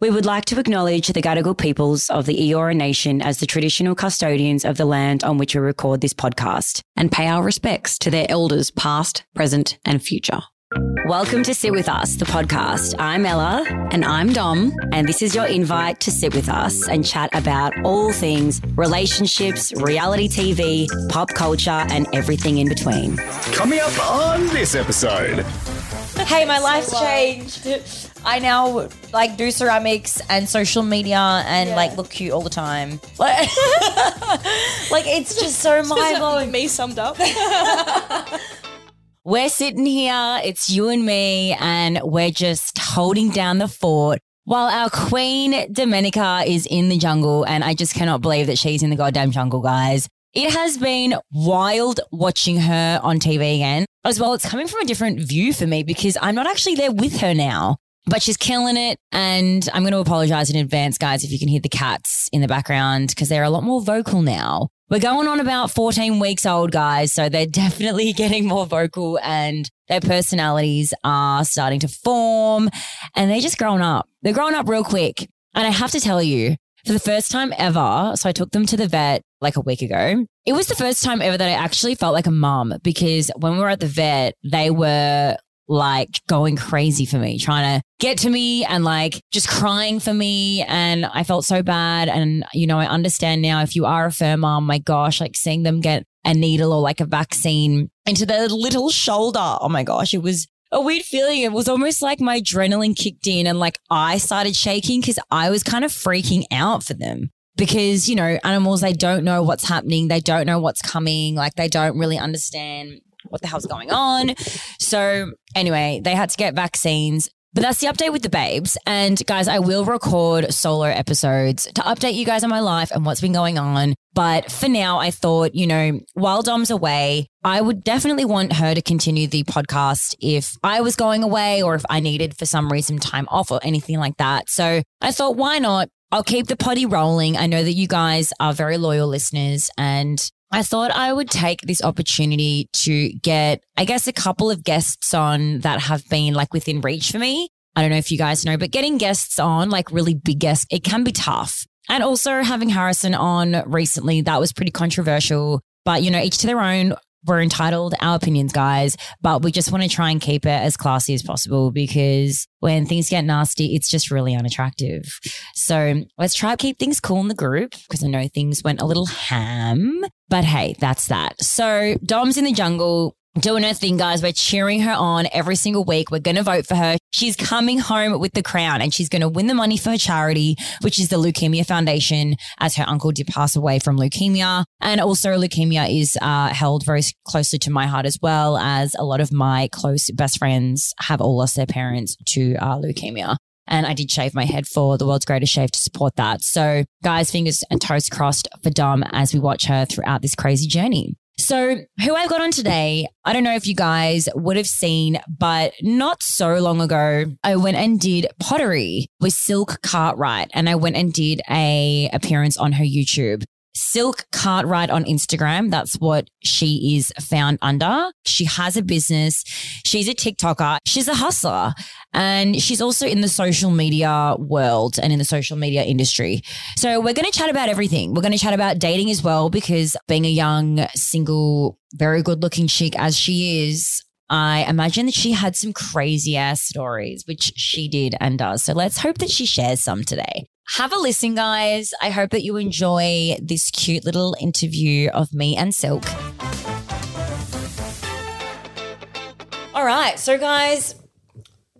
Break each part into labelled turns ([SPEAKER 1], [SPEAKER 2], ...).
[SPEAKER 1] We would like to acknowledge the Gadigal peoples of the Eora Nation as the traditional custodians of the land on which we record this podcast.
[SPEAKER 2] and pay our respects to their elders past, present, and future.
[SPEAKER 1] Welcome to Sit With Us, the podcast. I'm Ella,
[SPEAKER 2] And I'm Dom.
[SPEAKER 1] and this is your invite to sit with us and chat about all things relationships, reality TV, pop culture, and everything in between.
[SPEAKER 3] Coming up on this episode,
[SPEAKER 4] Hey, my life's changed. I now like do ceramics and social media and like look cute all the time. Like, like it's just so mind blowing.
[SPEAKER 5] me summed up.
[SPEAKER 1] We're sitting here, it's you and me, and we're just holding down the fort while our queen Domenica is in the jungle. And I just cannot believe that she's in the goddamn jungle, guys. It has been wild watching her on TV again. As well, it's coming from a different view for me because I'm not actually there with her now, but she's killing it. And I'm going to apologize in advance, guys, if you can hear the cats in the background because they're a lot more vocal now. We're going on about 14 weeks old, guys. So they're definitely getting more vocal and their personalities are starting to form and they're just growing up. They're growing up real quick. And I have to tell you, for the first time ever, so I took them to the vet like a week ago. It was the first time ever that I actually felt like a mom because when we were at the vet, they were like going crazy for me, trying to get to me and like just crying for me. And I felt so bad. And, you know, I understand now if you are a fur mom, my gosh, like seeing them get a needle or like a vaccine into their little shoulder. Oh my gosh, it was a weird feeling. It was almost like my adrenaline kicked in and like I started shaking because I was kind of freaking out for them. Because, you know, animals, they don't know what's happening. They don't know what's coming. Like they don't really understand what the hell's going on. So anyway, they had to get vaccines. But that's the update with the babes. And guys, I will record solo episodes to update you guys on my life and what's been going on. But for now, I thought, you know, while Dom's away, I would definitely want her to continue the podcast if I was going away or if I needed for some reason time off or anything like that. So I thought, why not? I'll keep the potty rolling. I know that you guys are very loyal listeners and I thought I would take this opportunity to get, I guess, a couple of guests on that have been like within reach for me. I don't know if you guys know, but getting guests on, like really big guests, it can be tough. And also having Harrison on recently, that was pretty controversial. But, you know, each to their own. We're entitled our opinions, guys, but we just want to try and keep it as classy as possible because when things get nasty, it's just really unattractive. So let's try to keep things cool in the group because I know things went a little ham. But hey, that's that. So Dom's in the jungle. Doing her thing, guys. We're cheering her on every single week. We're going to vote for her. She's coming home with the crown and she's going to win the money for her charity, which is the Leukemia Foundation, as her uncle did pass away from leukemia. And also, leukemia is uh, held very closely to my heart, as well as a lot of my close best friends have all lost their parents to uh, leukemia. And I did shave my head for the world's greatest shave to support that. So, guys, fingers and toes crossed for Dom as we watch her throughout this crazy journey. So, who I've got on today, I don't know if you guys would have seen, but not so long ago, I went and did pottery with Silk Cartwright, and I went and did a appearance on her YouTube. Silk Cartwright on Instagram. That's what she is found under. She has a business. She's a TikToker. She's a hustler. And she's also in the social media world and in the social media industry. So we're going to chat about everything. We're going to chat about dating as well, because being a young, single, very good looking chick as she is, I imagine that she had some crazy ass stories, which she did and does. So let's hope that she shares some today. Have a listen, guys. I hope that you enjoy this cute little interview of me and Silk. All right, so guys,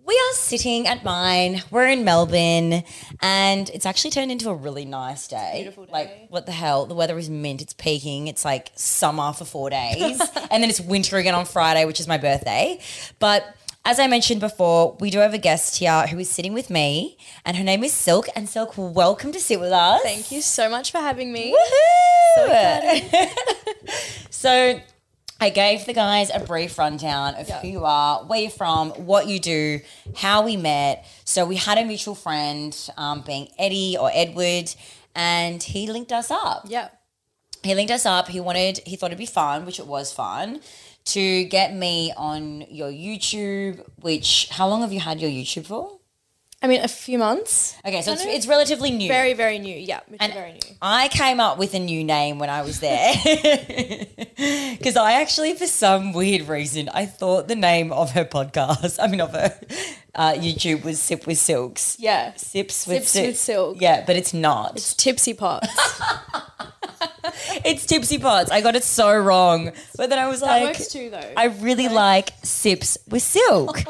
[SPEAKER 1] we are sitting at mine. We're in Melbourne, and it's actually turned into a really nice day. Beautiful day. Like, what the hell? The weather is mint. It's peaking. It's like summer for four days, and then it's winter again on Friday, which is my birthday. But as I mentioned before, we do have a guest here who is sitting with me, and her name is Silk. And Silk, welcome to sit with us.
[SPEAKER 5] Thank you so much for having me.
[SPEAKER 1] Woohoo! So, I gave the guys a brief rundown of who you are, where you're from, what you do, how we met. So we had a mutual friend, um, being Eddie or Edward, and he linked us up.
[SPEAKER 5] Yeah.
[SPEAKER 1] He linked us up. He wanted, he thought it'd be fun, which it was fun, to get me on your YouTube. Which, how long have you had your YouTube for?
[SPEAKER 5] I mean, a few months.
[SPEAKER 1] Okay, so it's,
[SPEAKER 5] Kind of.
[SPEAKER 1] it's relatively new.
[SPEAKER 5] Very, very new. Yeah, it's
[SPEAKER 1] And
[SPEAKER 5] very new.
[SPEAKER 1] I came up with a new name when I was there. Because I actually, for some weird reason, I thought the name of her podcast, I mean, of her uh, YouTube was Sip with Silks.
[SPEAKER 5] Yeah.
[SPEAKER 1] Sips with,
[SPEAKER 5] Sips
[SPEAKER 1] Sil-
[SPEAKER 5] with Silk.
[SPEAKER 1] Yeah, but it's not. It's,
[SPEAKER 5] Tipsy pot.
[SPEAKER 1] Tipsy Pots. I got it so wrong. But then I was
[SPEAKER 5] that
[SPEAKER 1] like,
[SPEAKER 5] works too, though.
[SPEAKER 1] I really like Sips with Silk.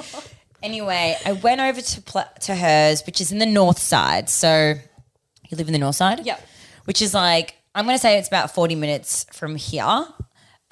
[SPEAKER 1] anyway, I went over to, pla to hers, which is in the north side. So you live in the north side?
[SPEAKER 5] yeah.
[SPEAKER 1] which is like I'm going to say it's about 40 minutes from here.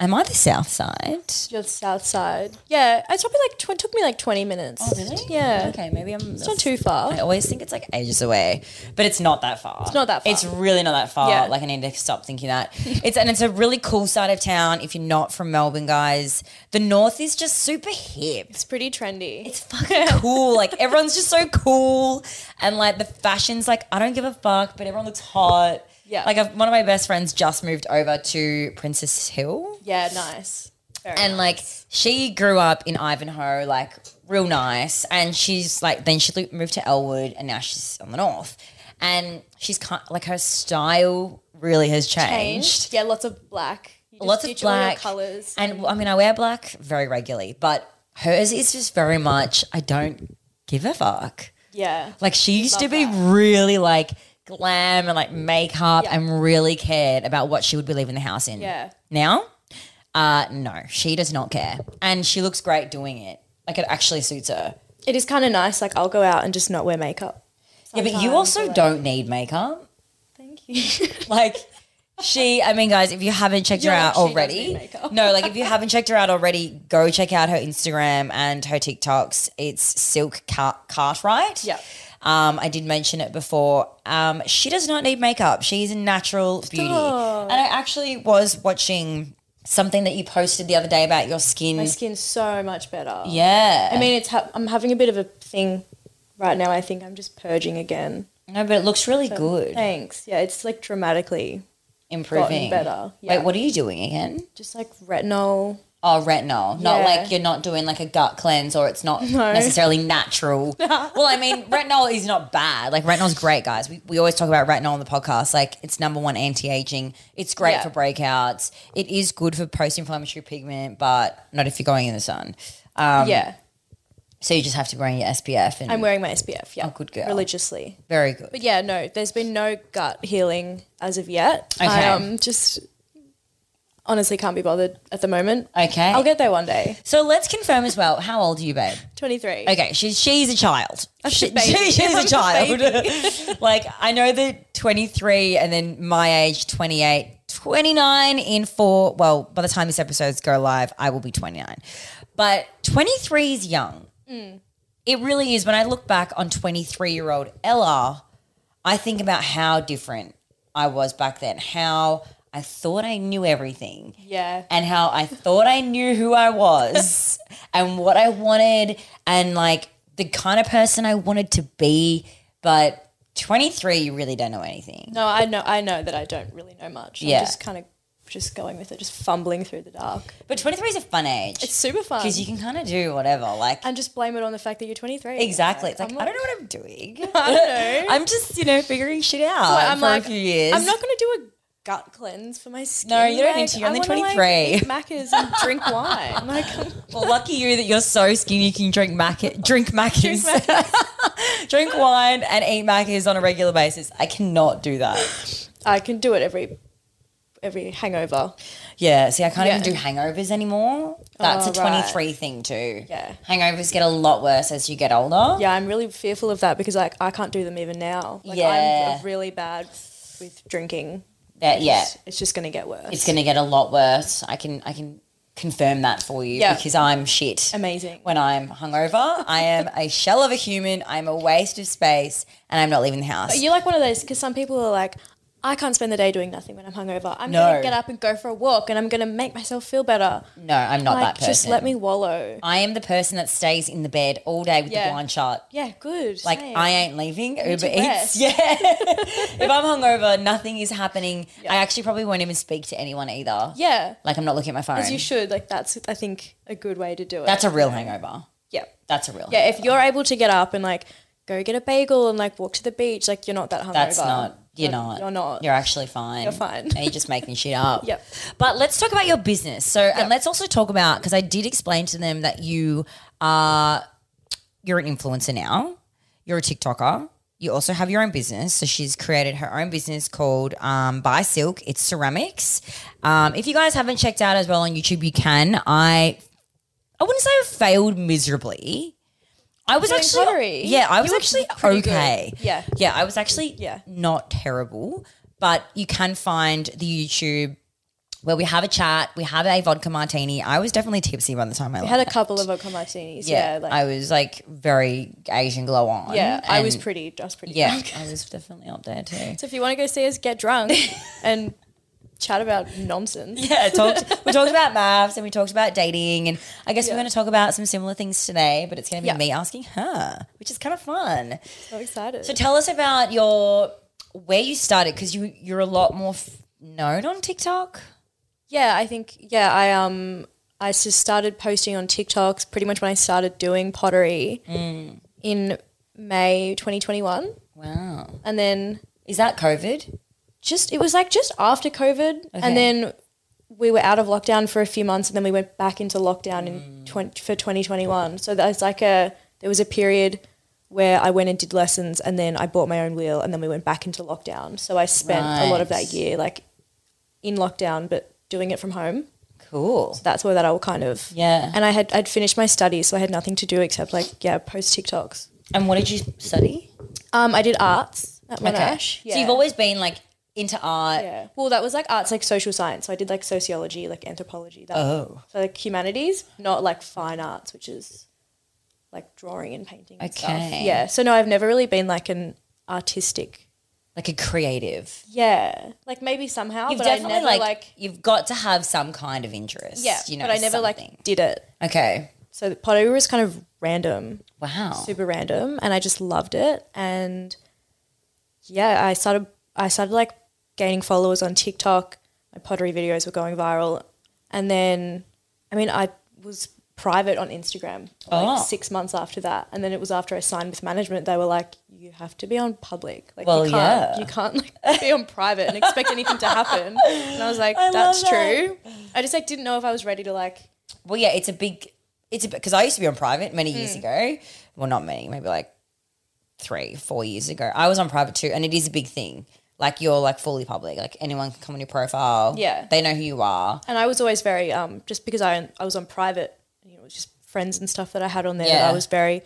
[SPEAKER 1] Am I the south side?
[SPEAKER 5] Your south side. Yeah, it's probably like tw- took me like twenty minutes. Yeah.
[SPEAKER 1] Okay, maybe I'm.
[SPEAKER 5] It's not too far.
[SPEAKER 1] I always think it's like ages away, but it's not that far. It's
[SPEAKER 5] not that far.
[SPEAKER 1] It's really not that far.
[SPEAKER 5] Yeah.
[SPEAKER 1] Like I need to stop thinking that. It's and it's a really cool side of town. If you're not from Melbourne, guys, the north is just super hip.
[SPEAKER 5] It's pretty trendy. It's
[SPEAKER 1] Cool, like everyone's just so cool, and like the fashion's like I don't give a fuck, but everyone looks hot.
[SPEAKER 5] Yeah.
[SPEAKER 1] Like I've, one of my best friends just moved over to Princess Hill.
[SPEAKER 5] yeah, nice. Very
[SPEAKER 1] and like she grew up in Ivanhoe, like real nice. And she's like, then she lo- moved to Elwood, and now she's on the north. And she's kind like her style really has changed.
[SPEAKER 5] Yeah, lots of black. You just
[SPEAKER 1] Lots of
[SPEAKER 5] ditch all your
[SPEAKER 1] black
[SPEAKER 5] colors.
[SPEAKER 1] And I mean, I wear black very regularly, but hers is just very much I don't give a fuck.
[SPEAKER 5] Yeah.
[SPEAKER 1] Like she used to
[SPEAKER 5] Love
[SPEAKER 1] be
[SPEAKER 5] that.
[SPEAKER 1] really like glam and like makeup
[SPEAKER 5] Yeah.
[SPEAKER 1] and really cared about what she would be leaving the house in.
[SPEAKER 5] Yeah.
[SPEAKER 1] Now, uh, no, she does not care, and she looks great doing it. Like it actually suits her.
[SPEAKER 5] It is kind of nice. Like I'll go out and just not wear makeup.
[SPEAKER 1] yeah, but you also don't need makeup.
[SPEAKER 5] Thank you.
[SPEAKER 1] Like she, I mean, guys, if you haven't checked her
[SPEAKER 5] You're
[SPEAKER 1] out
[SPEAKER 5] like, she doesn't
[SPEAKER 1] already,
[SPEAKER 5] need makeup.
[SPEAKER 1] no, like if you haven't checked her out already, go check out her Instagram and her TikToks. It's Silk Car- Cartwright.
[SPEAKER 5] Yeah.
[SPEAKER 1] Um, I did mention it before. Um, she does not need makeup. She's a natural beauty. And I actually was watching something that you posted the other day about your skin.
[SPEAKER 5] My skin's so much better.
[SPEAKER 1] yeah.
[SPEAKER 5] I mean, it's ha- I'm having a bit of a thing right now. I think I'm just purging again.
[SPEAKER 1] no, but it looks really good.
[SPEAKER 5] Thanks. Yeah, it's like dramatically
[SPEAKER 1] Improving.
[SPEAKER 5] gotten better. Yeah.
[SPEAKER 1] Wait, what are you doing again?
[SPEAKER 5] Just like retinol.
[SPEAKER 1] Oh, retinol. Not
[SPEAKER 5] Yeah.
[SPEAKER 1] like you're not doing like a gut cleanse or it's not necessarily natural. well, I mean, retinol is not bad. Like, retinol's great, guys. We, we always talk about retinol on the podcast. Like, it's number one anti aging. It's great
[SPEAKER 5] Yeah.
[SPEAKER 1] for breakouts. It is good for post inflammatory pigment, but not if you're going in the sun. Um,
[SPEAKER 5] yeah,
[SPEAKER 1] So you just have to bring your SPF and
[SPEAKER 5] I'm wearing my SPF. Yeah,
[SPEAKER 1] Oh, good girl.
[SPEAKER 5] Religiously,
[SPEAKER 1] very good.
[SPEAKER 5] but yeah, no, there's been no gut healing as of yet.
[SPEAKER 1] Okay.
[SPEAKER 5] I um, just honestly can't be bothered at the moment.
[SPEAKER 1] Okay.
[SPEAKER 5] I'll get there one day.
[SPEAKER 1] so let's confirm as well. How old are you, babe?
[SPEAKER 5] 23.
[SPEAKER 1] Okay, she's she's a child. She-
[SPEAKER 5] baby.
[SPEAKER 1] she- she's a
[SPEAKER 5] I'm a
[SPEAKER 1] child. like I know that 23 and then my age 28, 29 in four. Well, by the time this episodes go live, I will be 29. But 23 is young. It really is. When I look back on 23 year old Ella, I think about how different I was back then. How I thought I knew everything
[SPEAKER 5] Yeah.
[SPEAKER 1] and how I thought I knew who I was and what I wanted and like the kind of person I wanted to be. But 23, you really don't know anything.
[SPEAKER 5] No, I know. I know that I don't really know much.
[SPEAKER 1] Yeah.
[SPEAKER 5] I'm just kind of just going with it, just fumbling through the dark.
[SPEAKER 1] But 23 is a fun age
[SPEAKER 5] It's super fun.
[SPEAKER 1] because you can kind of do whatever. Like,
[SPEAKER 5] and just blame it on the fact that you're 23.
[SPEAKER 1] exactly. It's like,
[SPEAKER 5] I'm
[SPEAKER 1] I
[SPEAKER 5] not-
[SPEAKER 1] don't know what I'm doing.
[SPEAKER 5] I don't know.
[SPEAKER 1] I'm just, you know, figuring shit out
[SPEAKER 5] I'm
[SPEAKER 1] for
[SPEAKER 5] like,
[SPEAKER 1] a few years.
[SPEAKER 5] I'm not going to do a gut cleanse for my skin.
[SPEAKER 1] No, you don't
[SPEAKER 5] Like,
[SPEAKER 1] need to. You're
[SPEAKER 5] I
[SPEAKER 1] only
[SPEAKER 5] wanna, like,
[SPEAKER 1] 23.
[SPEAKER 5] eat macca's and drink wine. Like, I'm-
[SPEAKER 1] Well, lucky you that you're so skinny you can drink mac drink mackies, drink, wine, and eat mackies on a regular basis. I cannot do that.
[SPEAKER 5] I can do it every every hangover.
[SPEAKER 1] Yeah, see, I can't
[SPEAKER 5] Yeah.
[SPEAKER 1] even do hangovers anymore. That's
[SPEAKER 5] Oh,
[SPEAKER 1] a
[SPEAKER 5] right.
[SPEAKER 1] 23 thing too.
[SPEAKER 5] Yeah.
[SPEAKER 1] hangovers get a lot worse as you get older.
[SPEAKER 5] Yeah, I'm really fearful of that because like I can't do them even now. Like
[SPEAKER 1] Yeah.
[SPEAKER 5] I'm really bad with drinking.
[SPEAKER 1] that, yeah,
[SPEAKER 5] It's- It's just going to get worse.
[SPEAKER 1] it's going to get a lot worse. I can I can confirm that for you
[SPEAKER 5] Yeah.
[SPEAKER 1] because I'm shit.
[SPEAKER 5] amazing.
[SPEAKER 1] When I'm hungover, I am a shell of a human. I'm a waste of space, and I'm not leaving the house.
[SPEAKER 5] But you're like one of those because some people are like, I can't spend the day doing nothing when I'm hungover. I'm
[SPEAKER 1] No.
[SPEAKER 5] gonna get up and go for a walk, and I'm gonna make myself feel better.
[SPEAKER 1] no, I'm not that
[SPEAKER 5] like,
[SPEAKER 1] person.
[SPEAKER 5] just let me wallow.
[SPEAKER 1] I am the person that stays in the bed all day with the
[SPEAKER 5] Yeah.
[SPEAKER 1] blind shut.
[SPEAKER 5] Yeah, good.
[SPEAKER 1] Like
[SPEAKER 5] same.
[SPEAKER 1] I ain't leaving Uber
[SPEAKER 5] to
[SPEAKER 1] Eats.
[SPEAKER 5] rest.
[SPEAKER 1] Yeah. if I'm hungover, nothing is happening. I actually probably won't even speak to anyone either.
[SPEAKER 5] Yeah,
[SPEAKER 1] Like I'm not looking at my phone.
[SPEAKER 5] as you should. Like that's I think a good way to do it.
[SPEAKER 1] That's a real hangover.
[SPEAKER 5] yeah,
[SPEAKER 1] That's a real.
[SPEAKER 5] yeah. If you're able to get up and like. go get a bagel and like walk to the beach. Like you're not that hungover.
[SPEAKER 1] That's not. You're
[SPEAKER 5] Like,
[SPEAKER 1] not.
[SPEAKER 5] You're not.
[SPEAKER 1] You're actually fine.
[SPEAKER 5] You're fine.
[SPEAKER 1] And you're just making shit up.
[SPEAKER 5] Yep.
[SPEAKER 1] But let's talk about your business. So, and let's also talk about because I did explain to them that you are you're an influencer now. You're a TikToker. You also have your own business. So she's created her own business called um, Buy Silk. It's ceramics. Um, if you guys haven't checked out as well on YouTube, you can. I I wouldn't say I failed miserably. I was
[SPEAKER 5] Doing
[SPEAKER 1] actually
[SPEAKER 5] pottery?
[SPEAKER 1] yeah. I
[SPEAKER 5] You
[SPEAKER 1] was
[SPEAKER 5] were
[SPEAKER 1] actually
[SPEAKER 5] pretty good.
[SPEAKER 1] okay.
[SPEAKER 5] Yeah.
[SPEAKER 1] yeah. I was actually
[SPEAKER 5] Yeah.
[SPEAKER 1] not terrible, but you can find the YouTube where we have a chat. We have a vodka martini. I was definitely tipsy by the time I
[SPEAKER 5] I had a
[SPEAKER 1] left.
[SPEAKER 5] couple of vodka martinis.
[SPEAKER 1] yeah,
[SPEAKER 5] Yeah. like,
[SPEAKER 1] I was like very Asian glow on.
[SPEAKER 5] yeah. I was
[SPEAKER 1] and-
[SPEAKER 5] pretty. I was pretty.
[SPEAKER 1] Yeah,
[SPEAKER 5] drunk.
[SPEAKER 1] I was definitely up there too.
[SPEAKER 5] So if you want to go see us get drunk and chat about nonsense,
[SPEAKER 1] Yeah, talked, we talked about maths and we talked about dating, and I guess we're going to talk about some similar things today. But it's going to be
[SPEAKER 5] Yeah.
[SPEAKER 1] me asking her, which is kind of fun.
[SPEAKER 5] so excited.
[SPEAKER 1] So tell us about your where you started because you you're a lot more f- known on TikTok.
[SPEAKER 5] Yeah, I think yeah, I um I just started posting on TikToks pretty much when I started doing pottery in May 2021
[SPEAKER 1] Wow,
[SPEAKER 5] and then
[SPEAKER 1] is that COVID?
[SPEAKER 5] just it was like just after COVID
[SPEAKER 1] Okay.
[SPEAKER 5] and then we were out of lockdown for a few months and then we went back into lockdown in 20, for 2021. So that was like a there was a period where I went and did lessons and then I bought my own wheel and then we went back into lockdown. So I spent a lot of
[SPEAKER 1] Right.
[SPEAKER 5] that year like in lockdown but doing it from home.
[SPEAKER 1] Cool.
[SPEAKER 5] that's where that all kind of
[SPEAKER 1] Yeah.
[SPEAKER 5] And I had I'd finished my studies, so I had nothing to do except like yeah, post TikToks.
[SPEAKER 1] And what did you study?
[SPEAKER 5] Um, I did arts at Monash.
[SPEAKER 1] So you've always been like into art.
[SPEAKER 5] yeah. Well, that was like arts, like social science. So I did like sociology, like anthropology, that
[SPEAKER 1] Oh.
[SPEAKER 5] so like humanities, not like fine arts, which is like drawing and painting. And stuff.
[SPEAKER 1] Okay.
[SPEAKER 5] Yeah. So no, I've never really been like an artistic.
[SPEAKER 1] Like a creative.
[SPEAKER 5] Yeah. Like maybe somehow,
[SPEAKER 1] You've
[SPEAKER 5] Oh, but I
[SPEAKER 1] definitely
[SPEAKER 5] never
[SPEAKER 1] like,
[SPEAKER 5] like,
[SPEAKER 1] you've got to have some kind of interest.
[SPEAKER 5] yeah.
[SPEAKER 1] you know,
[SPEAKER 5] but I never
[SPEAKER 1] something.
[SPEAKER 5] like did it.
[SPEAKER 1] Okay.
[SPEAKER 5] So the pottery was kind of random.
[SPEAKER 1] Wow.
[SPEAKER 5] super random and I just loved it and yeah I started I started like gaining followers on TikTok my pottery videos were going viral and then I mean I was private on Instagram for, like
[SPEAKER 1] Oh.
[SPEAKER 5] 6 months after that and then it was after I signed with management they were like you have to be on public like
[SPEAKER 1] Well,
[SPEAKER 5] you can't
[SPEAKER 1] yeah.
[SPEAKER 5] you can't like be on private and expect anything to happen and I was like that's
[SPEAKER 1] love that.
[SPEAKER 5] true I just like didn't know if I was ready to like
[SPEAKER 1] Well, yeah, it's a big. It's a because I used to be on private many
[SPEAKER 5] Mm.
[SPEAKER 1] years ago. Well, not many, maybe like three, four years ago. I was on private too, and it is a big thing. Like you're like fully public. Like anyone can come on your profile.
[SPEAKER 5] Yeah.
[SPEAKER 1] they know who you are.
[SPEAKER 5] and I was always very um just because I I was on private, you know, it was just friends and stuff that I had on there.
[SPEAKER 1] Yeah.
[SPEAKER 5] I was very,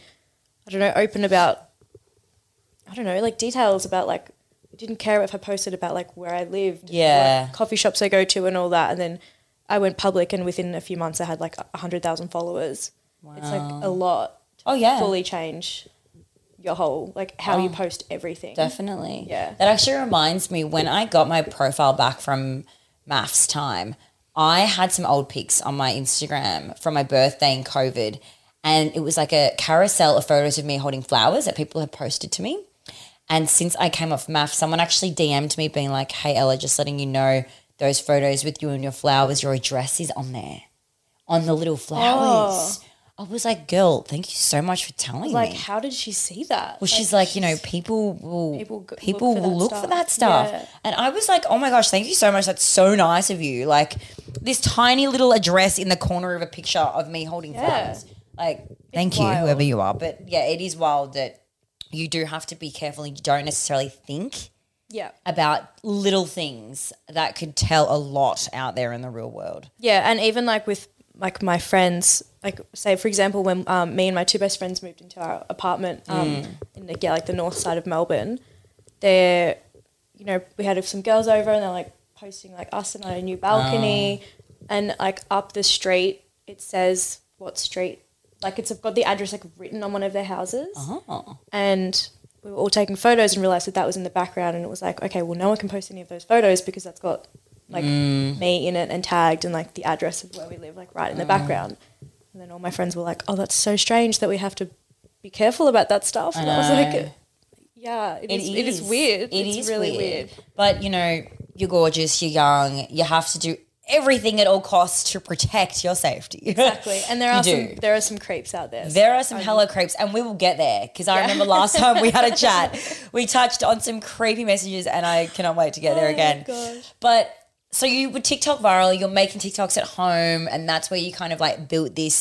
[SPEAKER 5] I don't know, open about. I don't know, like details about like I didn't care if I posted about like where I lived,
[SPEAKER 1] Yeah.
[SPEAKER 5] what coffee shops I go to, and all that. And then I went public, and within a few months, I had like a hundred thousand followers. It's like a lot. to
[SPEAKER 1] Oh yeah,
[SPEAKER 5] fully change your whole like how you post everything.
[SPEAKER 1] Definitely.
[SPEAKER 5] Mm-hmm. Yeah.
[SPEAKER 1] That actually reminds me when I got my profile back from maths time, I had some old pics on my Instagram from my birthday in COVID. And it was like a carousel of photos of me holding flowers that people had posted to me. And since I came off math, someone actually DM'd me being like, hey, Ella, just letting you know those photos with you and your flowers, your address is on there, on the little flowers. I was like, girl, thank you so much for telling
[SPEAKER 5] Oh. Like,
[SPEAKER 1] me.
[SPEAKER 5] how did she see that?
[SPEAKER 1] Well, she's like, you know, people will people,
[SPEAKER 5] People go- look for
[SPEAKER 1] will
[SPEAKER 5] that
[SPEAKER 1] look for
[SPEAKER 5] stuff.
[SPEAKER 1] that stuff.
[SPEAKER 5] Yeah.
[SPEAKER 1] And I was like, oh my gosh, thank you so much. That's so nice of you. Like this tiny little address in the corner of a picture of me holding flowers. Like, thank you,
[SPEAKER 5] wild.
[SPEAKER 1] whoever you are. But yeah, it is wild that you do have to be careful and you don't necessarily think
[SPEAKER 5] yeah.
[SPEAKER 1] about little things that could tell a lot out there in the real world.
[SPEAKER 5] Yeah, and even like with like my friends, like say for example, when um, me and my two best friends moved into our apartment um, in the yeah, like the north side of Melbourne, they're you know we had some girls over and they're like posting like us in our new balcony, and like up the street it says what street, like it's got the address like written on one of their houses,
[SPEAKER 1] Oh.
[SPEAKER 5] and we were all taking photos and realized that that was in the background and it was like okay well no one can post any of those photos because that's got like
[SPEAKER 1] Mm.
[SPEAKER 5] me in it and tagged and like the address of where we live like right in the background and then all my friends were like oh that's so strange that we have to be careful about that stuff and i was like yeah it is, it is weird
[SPEAKER 1] It
[SPEAKER 5] it's
[SPEAKER 1] is
[SPEAKER 5] really weird,
[SPEAKER 1] But you know, you're gorgeous, you're young, you have to do everything at all costs to protect your safety.
[SPEAKER 5] Exactly. And there
[SPEAKER 1] You
[SPEAKER 5] are
[SPEAKER 1] do.
[SPEAKER 5] some there are some creeps out there. so
[SPEAKER 1] There are some
[SPEAKER 5] I'm-
[SPEAKER 1] hella creeps, and we will get there because I remember last time we had a chat, we touched on some creepy messages, and I cannot wait to get there
[SPEAKER 5] Oh my
[SPEAKER 1] again.
[SPEAKER 5] gosh.
[SPEAKER 1] But so you were TikTok viral, you're making TikToks at home, and that's where you kind of like built this,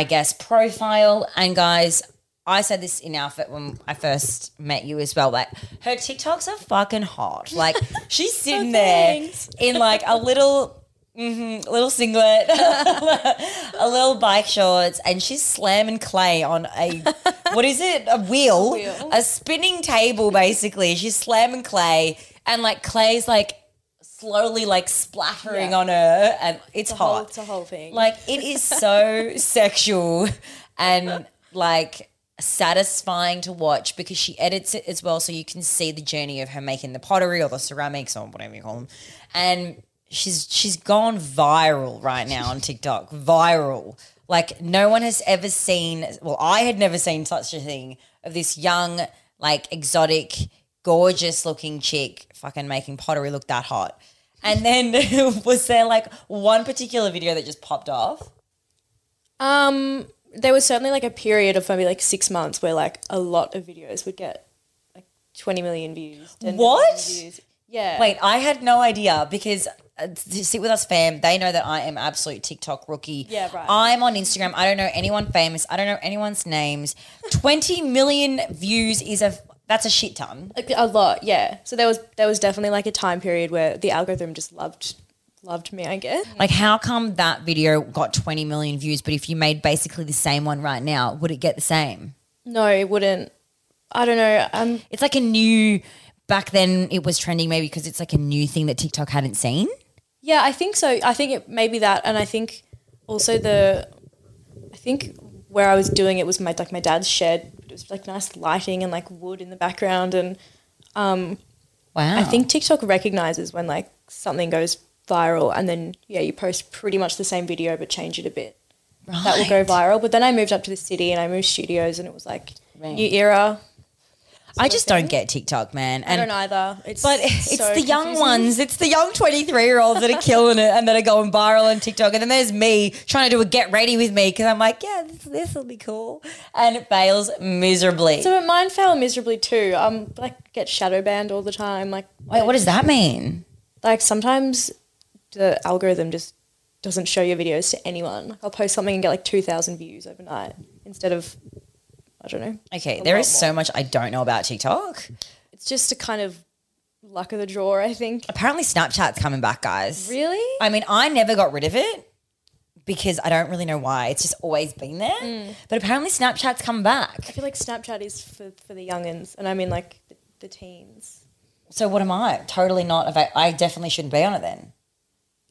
[SPEAKER 1] I guess, profile. And guys, I said this in our fit when I first met you as well. Like her TikToks are fucking hot. Like she's sitting there
[SPEAKER 5] thanks.
[SPEAKER 1] in like a little a little singlet, a little bike shorts, and she's slamming clay on a what is it? A wheel, a,
[SPEAKER 5] wheel.
[SPEAKER 1] spinning table, basically. She's slamming clay, and like clay's like slowly like splattering
[SPEAKER 5] Yeah.
[SPEAKER 1] on her, and it's
[SPEAKER 5] whole-
[SPEAKER 1] hot.
[SPEAKER 5] it's a whole thing.
[SPEAKER 1] Like it is so sexual and like satisfying to watch because she edits it as well, so you can see the journey of her making the pottery or the ceramics or whatever you call them. And she's she's gone viral right now on TikTok. Viral. Like no one has ever seen well, I had never seen such a thing of this young, like exotic, gorgeous looking chick fucking making pottery look that hot. And then was there like one particular video that just popped off?
[SPEAKER 5] Um, there was certainly like a period of maybe like six months where like a lot of videos would get like 20 million views. 10 million
[SPEAKER 1] What?
[SPEAKER 5] views. Yeah.
[SPEAKER 1] Wait, I had no idea because uh, to sit with us, fam. They know that I am absolute TikTok rookie.
[SPEAKER 5] Yeah, right.
[SPEAKER 1] I'm on Instagram. I don't know anyone famous. I don't know anyone's names. Twenty million views is a that's a shit ton.
[SPEAKER 5] Like, a lot. Yeah. So there was there was definitely like a time period where the algorithm just loved loved me. I guess.
[SPEAKER 1] Like, how come that video got twenty million views, but if you made basically the same one right now, would it get the same?
[SPEAKER 5] No, it wouldn't. I don't know. Um,
[SPEAKER 1] It's like a new. Back then, it was trending maybe because it's like a new thing that TikTok hadn't seen.
[SPEAKER 5] yeah, I think so. I think it maybe that, and I think also the, I think where I was doing it was my like my dad's shed. It was like nice lighting and like wood in the background, and
[SPEAKER 1] Wow.
[SPEAKER 5] I
[SPEAKER 1] Ah.
[SPEAKER 5] think TikTok recognizes when like something goes viral and then yeah, you post pretty much the same video but change it a bit. That will go viral. But then I moved up to the city and I moved studios and it was like new era.
[SPEAKER 1] I just don't get TikTok, man. And
[SPEAKER 5] I don't either. It's
[SPEAKER 1] But it's
[SPEAKER 5] so
[SPEAKER 1] the young
[SPEAKER 5] confusing.
[SPEAKER 1] ones. It's the young 23 year olds that are killing it and that are going viral on TikTok. And then there's me trying to do a get ready with me because I'm like, yeah, this will be cool. And it fails miserably.
[SPEAKER 5] So but mine fell miserably too. Um like get shadow banned all the time. Like
[SPEAKER 1] Wait, what does that mean?
[SPEAKER 5] like sometimes the algorithm just doesn't show your videos to anyone. Like I'll post something and get like two thousand views overnight instead of I don't know.
[SPEAKER 1] Okay,
[SPEAKER 5] A
[SPEAKER 1] there
[SPEAKER 5] lot
[SPEAKER 1] is so much I don't know about TikTok.
[SPEAKER 5] It's just a kind of luck of the draw, I think.
[SPEAKER 1] Apparently, Snapchat's coming back, guys.
[SPEAKER 5] Really?
[SPEAKER 1] I mean, I never got rid of it because I don't really know why. It's just always been there.
[SPEAKER 5] Mm.
[SPEAKER 1] But apparently, Snapchat's come
[SPEAKER 5] I
[SPEAKER 1] back.
[SPEAKER 5] feel like Snapchat is for, for the youngins, and I mean like the, the teens.
[SPEAKER 1] So, what am I? Totally not. ava- I definitely shouldn't be on it then.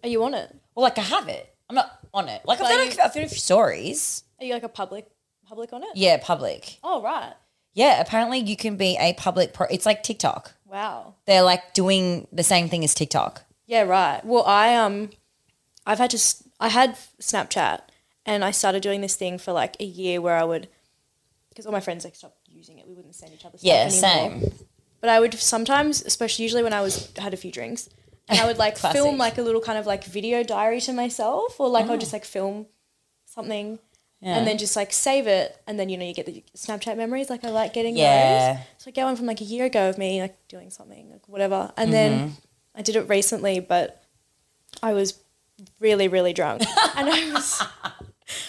[SPEAKER 5] Are you on it?
[SPEAKER 1] Well, like I have it. I'm not on it. Like I've
[SPEAKER 5] But
[SPEAKER 1] done
[SPEAKER 5] are
[SPEAKER 1] a-
[SPEAKER 5] you-
[SPEAKER 1] a few stories.
[SPEAKER 5] Are you like a public public on it?
[SPEAKER 1] Yeah, public.
[SPEAKER 5] Oh right.
[SPEAKER 1] Yeah, apparently you can be a public pro. It's like TikTok.
[SPEAKER 5] Wow.
[SPEAKER 1] They're like doing the same thing as TikTok.
[SPEAKER 5] Yeah right. Well, I um, I've had to s- I had Snapchat, and I started doing this thing for like a year where I would, because all my friends like stopped using it. We wouldn't send each other. Stuff
[SPEAKER 1] Yeah,
[SPEAKER 5] anymore.
[SPEAKER 1] same.
[SPEAKER 5] but I would sometimes, especially usually when I was had a few drinks, and I would like
[SPEAKER 1] Classic.
[SPEAKER 5] film like a little kind of like video diary to myself, or like I'll just like film something, and then just like save it, and then you know you get the Snapchat memories. Like I like getting
[SPEAKER 1] Yeah.
[SPEAKER 5] those. So I get one from like a year ago of me like doing something, like whatever, and
[SPEAKER 1] Mm-hmm.
[SPEAKER 5] then I did it recently, but I was really really drunk, and I was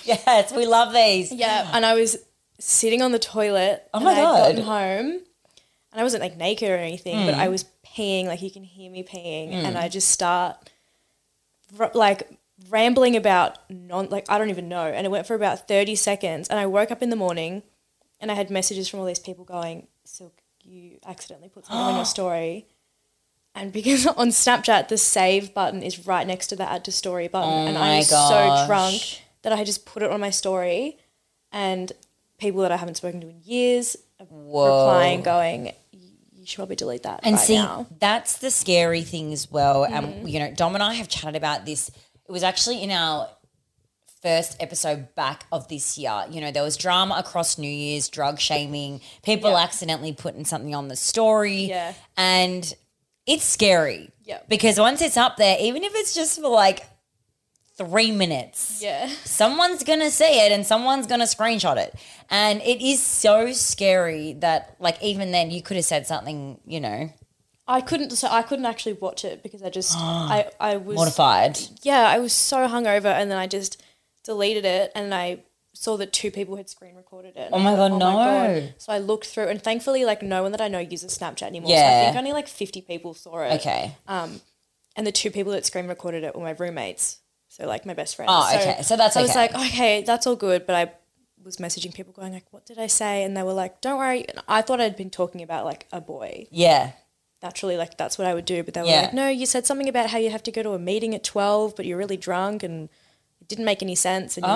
[SPEAKER 1] Yes, we love these.
[SPEAKER 5] yeah, and I was sitting on the toilet. Oh
[SPEAKER 1] my
[SPEAKER 5] and I'd
[SPEAKER 1] God.
[SPEAKER 5] gotten home, and I wasn't like naked or anything, but I was peeing. Like you can hear me peeing, and I just start r- like rambling about non like I don't even know. And it went for about thirty seconds, and I woke up in the morning, and I had messages from all these people going, "Silk, you accidentally put something on your story." And because on Snapchat the save button is right next to the add to story button, and I
[SPEAKER 1] Oh my
[SPEAKER 5] was
[SPEAKER 1] gosh.
[SPEAKER 5] so drunk that I had just put it on my story, and people that I haven't spoken to in years are replying, going, "You should probably delete that."
[SPEAKER 1] And
[SPEAKER 5] right
[SPEAKER 1] see,
[SPEAKER 5] now." Mm-hmm.
[SPEAKER 1] that's the scary thing as well. And you know, Dom and I have chatted about this. It was actually in our first episode back of this year. You know, there was drama across New Year's, drug shaming, people accidentally putting something on the story.
[SPEAKER 5] Yeah.
[SPEAKER 1] And it's scary
[SPEAKER 5] Yeah.
[SPEAKER 1] Because once it's up there, even if it's just for like three minutes,
[SPEAKER 5] Yeah.
[SPEAKER 1] someone's gonna see it and someone's gonna screenshot it. And it is so scary that like even then you could have said something, you know,
[SPEAKER 5] I couldn't. So I couldn't actually watch it because I just I I was
[SPEAKER 1] mortified.
[SPEAKER 5] yeah I was so hungover and then I just deleted it and I saw that two people had screen recorded it.
[SPEAKER 1] Oh my God, no.
[SPEAKER 5] So I looked through and thankfully like no one that I know uses Snapchat anymore. So
[SPEAKER 1] Yeah.
[SPEAKER 5] I think only like fifty people saw it.
[SPEAKER 1] Okay.
[SPEAKER 5] And the two people that screen recorded it were my roommates. So like my best friends.
[SPEAKER 1] Oh, okay. So that's
[SPEAKER 5] I was
[SPEAKER 1] okay.
[SPEAKER 5] like, okay, that's all good, but I was messaging people going like, what did I say? And they were like, don't worry. And I thought I'd been talking about like a boy.
[SPEAKER 1] yeah.
[SPEAKER 5] naturally like that's what I would do. But they were
[SPEAKER 1] Yeah.
[SPEAKER 5] like, no, you said something about how you have to go to a meeting at twelve, but you're really drunk and it didn't make any sense and
[SPEAKER 1] Oh.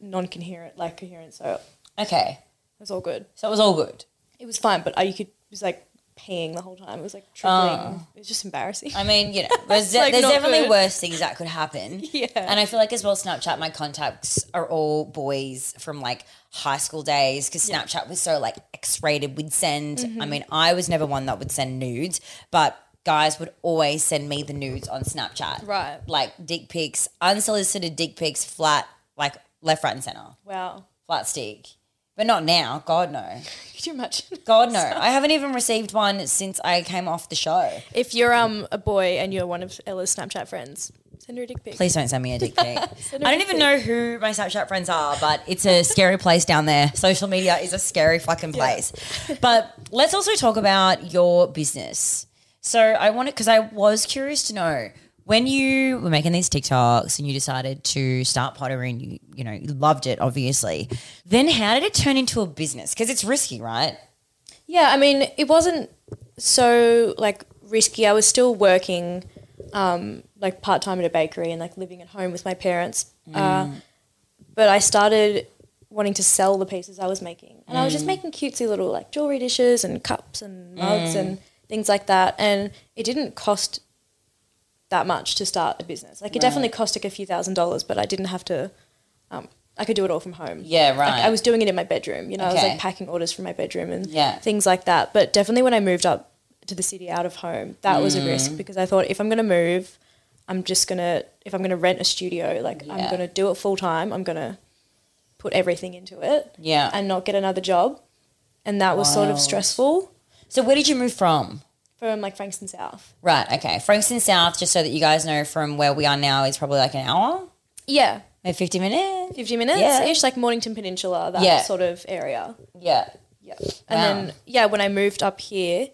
[SPEAKER 5] you're non-coherent, like coherent. So it
[SPEAKER 1] Okay.
[SPEAKER 5] was all good.
[SPEAKER 1] So it was all good.
[SPEAKER 5] It was fine, but I you could it was like peeing the whole time. It was like trickling. It was just embarrassing.
[SPEAKER 1] Oh. I mean, you know, there's,
[SPEAKER 5] like
[SPEAKER 1] there's
[SPEAKER 5] not
[SPEAKER 1] definitely
[SPEAKER 5] good.
[SPEAKER 1] worse things that could happen.
[SPEAKER 5] Yeah.
[SPEAKER 1] And I feel like as well, Snapchat, my contacts are all boys from like high school days because Snapchat was so like X rated. We'd send,
[SPEAKER 5] Mm-hmm.
[SPEAKER 1] I mean, I was never one that would send nudes, but guys would always send me the nudes on Snapchat.
[SPEAKER 5] Right.
[SPEAKER 1] Like dick pics, unsolicited dick pics, flat, like left, right, and center,
[SPEAKER 5] Wow,
[SPEAKER 1] flat stick. But not now. God, no.
[SPEAKER 5] could you imagine?
[SPEAKER 1] God, no. I haven't even received one since I came off the show.
[SPEAKER 5] If you're um a boy and you're one of Ella's Snapchat friends, send her a dick pic.
[SPEAKER 1] Please don't send me a dick pic.
[SPEAKER 5] her
[SPEAKER 1] I
[SPEAKER 5] a
[SPEAKER 1] don't
[SPEAKER 5] dick
[SPEAKER 1] even know who my Snapchat friends are, but it's a scary place down there. Social media is a scary fucking place. But let's also talk about your business. So I wanted because I was curious to know when you were making these TikToks and you decided to start pottery and you you know you loved it obviously. Then how did it turn into a business? Because it's risky, right?
[SPEAKER 5] Yeah, I mean, it wasn't so like risky. I was still working, um, like part time at a bakery and like living at home with my parents. Uh,
[SPEAKER 1] Mm.
[SPEAKER 5] but I started wanting to sell the pieces I was making, and I was just
[SPEAKER 1] Mm.
[SPEAKER 5] making cutesy little like jewelry dishes and cups and mugs and
[SPEAKER 1] Mm.
[SPEAKER 5] things like that. And it didn't cost that much to start a business. Like it definitely cost like a few thousand dollars, but I didn't have to. Um, I could do it all from home.
[SPEAKER 1] Yeah,
[SPEAKER 5] Like,
[SPEAKER 1] right.
[SPEAKER 5] I was doing it in my bedroom. You know, I was
[SPEAKER 1] Okay.
[SPEAKER 5] like packing orders from my bedroom and
[SPEAKER 1] Yeah.
[SPEAKER 5] things like that. But definitely when I moved up to the city out of home, that was
[SPEAKER 1] Mm.
[SPEAKER 5] a risk because I thought if I'm going to move, I'm just going to, if I'm going to rent a studio, like I'm
[SPEAKER 1] Yeah.
[SPEAKER 5] going to do it full time. I'm going to put everything into it
[SPEAKER 1] Yeah.
[SPEAKER 5] and not get another job. And that was sort of
[SPEAKER 1] Wild.
[SPEAKER 5] stressful
[SPEAKER 1] So where did you move from?
[SPEAKER 5] from like Frankston South.
[SPEAKER 1] Right, okay. Frankston South, just so that you guys know from where we are now is probably like an hour,
[SPEAKER 5] Yeah.
[SPEAKER 1] maybe 50 minutes.
[SPEAKER 5] 50 minutes
[SPEAKER 1] Yeah.
[SPEAKER 5] ish, like Mornington Peninsula, that
[SPEAKER 1] Yeah.
[SPEAKER 5] sort of area.
[SPEAKER 1] Yeah.
[SPEAKER 5] Yeah.
[SPEAKER 1] Wow.
[SPEAKER 5] And then yeah, when I moved up here,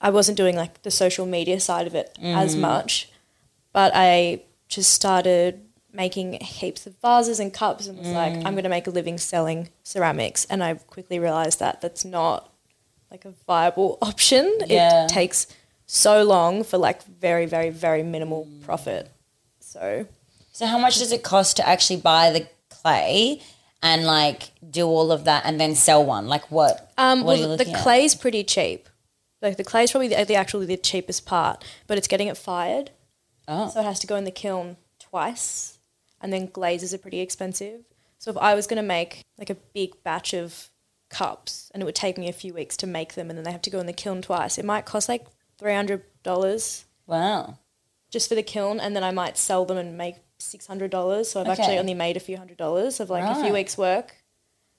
[SPEAKER 5] I wasn't doing like the social media side of it as
[SPEAKER 1] Mm-hmm.
[SPEAKER 5] much, but I just started making heaps of vases and cups and was like,
[SPEAKER 1] Mm.
[SPEAKER 5] I'm going to make a living selling ceramics. And I quickly realized that that's not like a viable option.
[SPEAKER 1] Yeah.
[SPEAKER 5] It takes so long for like very, very, very minimal
[SPEAKER 1] Mm.
[SPEAKER 5] profit. So
[SPEAKER 1] So how much does it cost to actually buy the clay and like do all of that and then sell one? Like what?
[SPEAKER 5] Um,
[SPEAKER 1] what are you
[SPEAKER 5] well, the
[SPEAKER 1] looking at?
[SPEAKER 5] clay's pretty cheap. Like the clay's probably the, the actually the cheapest part, but it's getting it fired,
[SPEAKER 1] Oh.
[SPEAKER 5] so it has to go in the kiln twice, and then glazes are pretty expensive. So if I was going to make like a big batch of cups, and it would take me a few weeks to make them, and then they have to go in the kiln twice, it might cost like three hundred dollars
[SPEAKER 1] Wow.
[SPEAKER 5] just for the kiln, and then I might sell them and make six hundred dollars. So I've
[SPEAKER 1] Okay.
[SPEAKER 5] actually only made a few hundred dollars of like a few
[SPEAKER 1] Right.
[SPEAKER 5] weeks' work,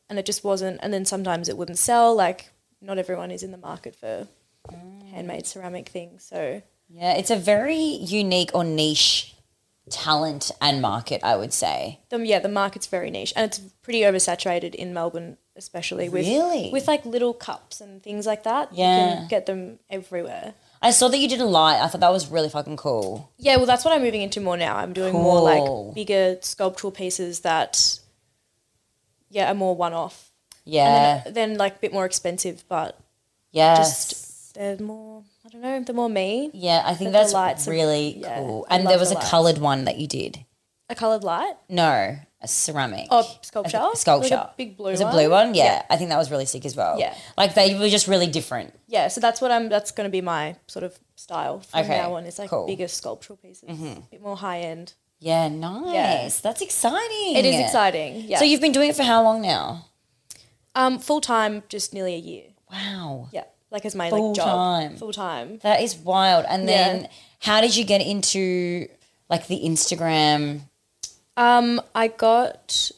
[SPEAKER 5] and it just wasn't. And then sometimes it wouldn't sell. Like not everyone is in the market for handmade ceramic things. So
[SPEAKER 1] Yeah, it's a very unique or niche talent and market, I would say.
[SPEAKER 5] the, yeah, the market's very niche, and it's pretty oversaturated in Melbourne, especially with
[SPEAKER 1] Really?
[SPEAKER 5] with like little cups and things like that. you
[SPEAKER 1] Yeah.
[SPEAKER 5] can get them everywhere.
[SPEAKER 1] I saw that you did a light. I thought that was really fucking cool.
[SPEAKER 5] Yeah, well, that's what I'm moving into more now. I'm doing more
[SPEAKER 1] Cool.
[SPEAKER 5] like bigger sculptural pieces that, yeah, are more one off.
[SPEAKER 1] Yeah.
[SPEAKER 5] and then, uh, then like a bit more expensive, but
[SPEAKER 1] yes.
[SPEAKER 5] just they're more. I don't know. They're more me.
[SPEAKER 1] yeah, I think
[SPEAKER 5] the
[SPEAKER 1] that's
[SPEAKER 5] lights are-
[SPEAKER 1] really
[SPEAKER 5] yeah,
[SPEAKER 1] cool.
[SPEAKER 5] I
[SPEAKER 1] And there
[SPEAKER 5] love
[SPEAKER 1] was
[SPEAKER 5] the
[SPEAKER 1] a
[SPEAKER 5] lights.
[SPEAKER 1] coloured one that you did.
[SPEAKER 5] A coloured light
[SPEAKER 1] No, a ceramic.
[SPEAKER 5] or Oh, sculpture.
[SPEAKER 1] A sculpture.
[SPEAKER 5] Like a big blue.
[SPEAKER 1] It was
[SPEAKER 5] one.
[SPEAKER 1] a blue one? Yeah. I think that was really sick as well.
[SPEAKER 5] Yeah.
[SPEAKER 1] Like they were just really different.
[SPEAKER 5] Yeah. So that's what I'm. That's going to be my sort of style from
[SPEAKER 1] Okay,
[SPEAKER 5] now on. It's like
[SPEAKER 1] cool. Mm-hmm.
[SPEAKER 5] bigger sculptural pieces, a bit more high end.
[SPEAKER 1] Yeah, nice.
[SPEAKER 5] Yeah.
[SPEAKER 1] That's exciting.
[SPEAKER 5] It is exciting. Yeah.
[SPEAKER 1] So you've been doing it for how long now?
[SPEAKER 5] um full time just nearly a year.
[SPEAKER 1] Wow.
[SPEAKER 5] Yeah. like as my
[SPEAKER 1] Full
[SPEAKER 5] like job
[SPEAKER 1] time.
[SPEAKER 5] full time.
[SPEAKER 1] That is wild. And then
[SPEAKER 5] Yeah.
[SPEAKER 1] how did you get into like the Instagram?
[SPEAKER 5] Um, I got,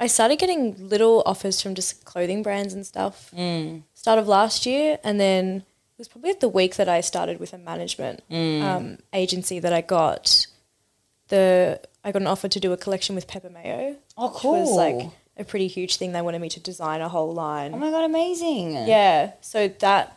[SPEAKER 5] I started getting little offers from just clothing brands and stuff. Mm. Start of last year, and then it was probably the week that I started with a management
[SPEAKER 1] Mm.
[SPEAKER 5] um, agency that I got the I got an offer to do a collection with Pepper Mayo.
[SPEAKER 1] Oh,
[SPEAKER 5] Which was
[SPEAKER 1] cool.
[SPEAKER 5] like a pretty huge thing. They wanted me to design a whole line.
[SPEAKER 1] Oh my god, amazing.
[SPEAKER 5] Yeah, so that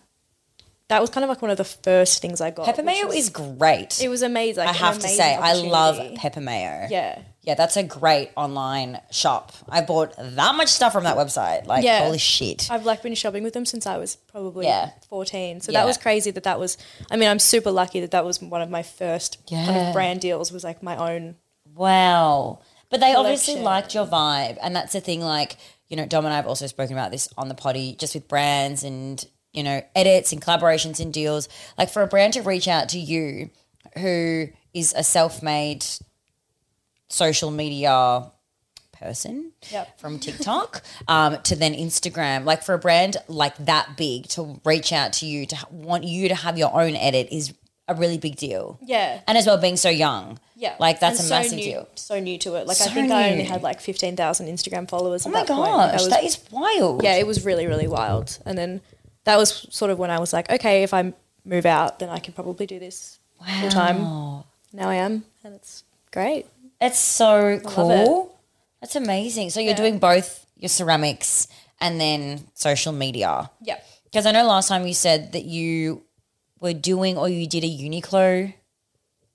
[SPEAKER 5] that was kind of like one of the first things I got.
[SPEAKER 1] Pepper
[SPEAKER 5] which
[SPEAKER 1] mayo
[SPEAKER 5] was-
[SPEAKER 1] is great.
[SPEAKER 5] it was amazing.
[SPEAKER 1] I
[SPEAKER 5] like, an
[SPEAKER 1] have to
[SPEAKER 5] amazing
[SPEAKER 1] say, I love
[SPEAKER 5] opportunity.
[SPEAKER 1] pepper mayo.
[SPEAKER 5] Yeah.
[SPEAKER 1] Yeah, that's a great online shop. I bought that much stuff from that website. Like,
[SPEAKER 5] Yeah.
[SPEAKER 1] holy shit.
[SPEAKER 5] I've like been shopping with them since I was probably
[SPEAKER 1] Yeah.
[SPEAKER 5] 14. So
[SPEAKER 1] Yeah.
[SPEAKER 5] that was crazy that that was I mean I'm super lucky that that was one of my first kind
[SPEAKER 1] Yeah.
[SPEAKER 5] of brand deals was like my own
[SPEAKER 1] Wow. But they obviously
[SPEAKER 5] Collection.
[SPEAKER 1] liked your vibe. And that's the thing, like, you know, Dom and I have also spoken about this on the potty, just with brands and, you know, edits and collaborations and deals. Like, for a brand to reach out to you who is a self made social media person
[SPEAKER 5] Yep.
[SPEAKER 1] from TikTok um, to then Instagram, like, for a brand like that big to reach out to you, to ha- want you to have your own edit is a really big deal.
[SPEAKER 5] Yeah.
[SPEAKER 1] And as well, being so young.
[SPEAKER 5] Yeah.
[SPEAKER 1] Like, that's
[SPEAKER 5] And
[SPEAKER 1] a
[SPEAKER 5] so
[SPEAKER 1] massive
[SPEAKER 5] new-
[SPEAKER 1] deal.
[SPEAKER 5] So new to it. Like
[SPEAKER 1] So
[SPEAKER 5] I think I only
[SPEAKER 1] new.
[SPEAKER 5] had like 15,000 Instagram followers
[SPEAKER 1] Oh
[SPEAKER 5] at
[SPEAKER 1] my
[SPEAKER 5] that point. Like, I
[SPEAKER 1] gosh,
[SPEAKER 5] was-
[SPEAKER 1] that is wild.
[SPEAKER 5] Yeah, it was really really wild. And then that was sort of when I was like, okay, if I move out, then I can probably do this full time. Now I am, and it's great.
[SPEAKER 1] That's so cool.
[SPEAKER 5] it.
[SPEAKER 1] That's amazing. So you're doing both your ceramics and then social media.
[SPEAKER 5] Yeah.
[SPEAKER 1] Because I know last time you said that you were doing or you did a Uniqlo.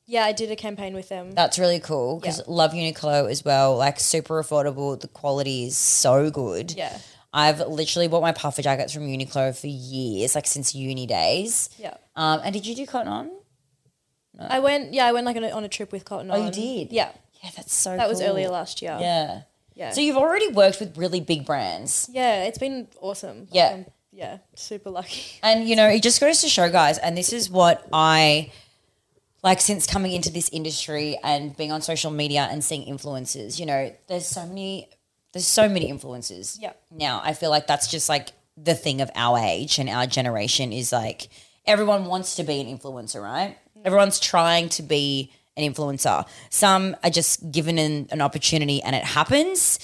[SPEAKER 5] Yeah, I did a campaign with them.
[SPEAKER 1] That's really cool because
[SPEAKER 5] Yeah.
[SPEAKER 1] love Uniqlo as well. Like super affordable. The quality is so good.
[SPEAKER 5] Yeah.
[SPEAKER 1] I've literally bought my puffer jackets from Uniqlo for years, like since uni days.
[SPEAKER 5] Yeah.
[SPEAKER 1] Um, and did you do cotton on?
[SPEAKER 5] I went, yeah, I went like on a, on a trip with Cotton
[SPEAKER 1] Oh, you
[SPEAKER 5] On.
[SPEAKER 1] did?
[SPEAKER 5] Yeah,
[SPEAKER 1] Yeah, that's so.
[SPEAKER 5] that was
[SPEAKER 1] cool.
[SPEAKER 5] earlier last year.
[SPEAKER 1] Yeah.
[SPEAKER 5] yeah.
[SPEAKER 1] So you've already worked with really big brands.
[SPEAKER 5] yeah, it's been awesome. Like,
[SPEAKER 1] Yeah.
[SPEAKER 5] I'm- yeah, super lucky.
[SPEAKER 1] And you know, it just goes to show guys, and this is what I like since coming into this industry and being on social media and seeing influencers, you know, there's so many there's so many influencers.
[SPEAKER 5] Yep.
[SPEAKER 1] Now, I feel like that's just like the thing of our age and our generation is like everyone wants to be an influencer, right? Everyone's trying to be an influencer. Some are just given an, an opportunity and it happens.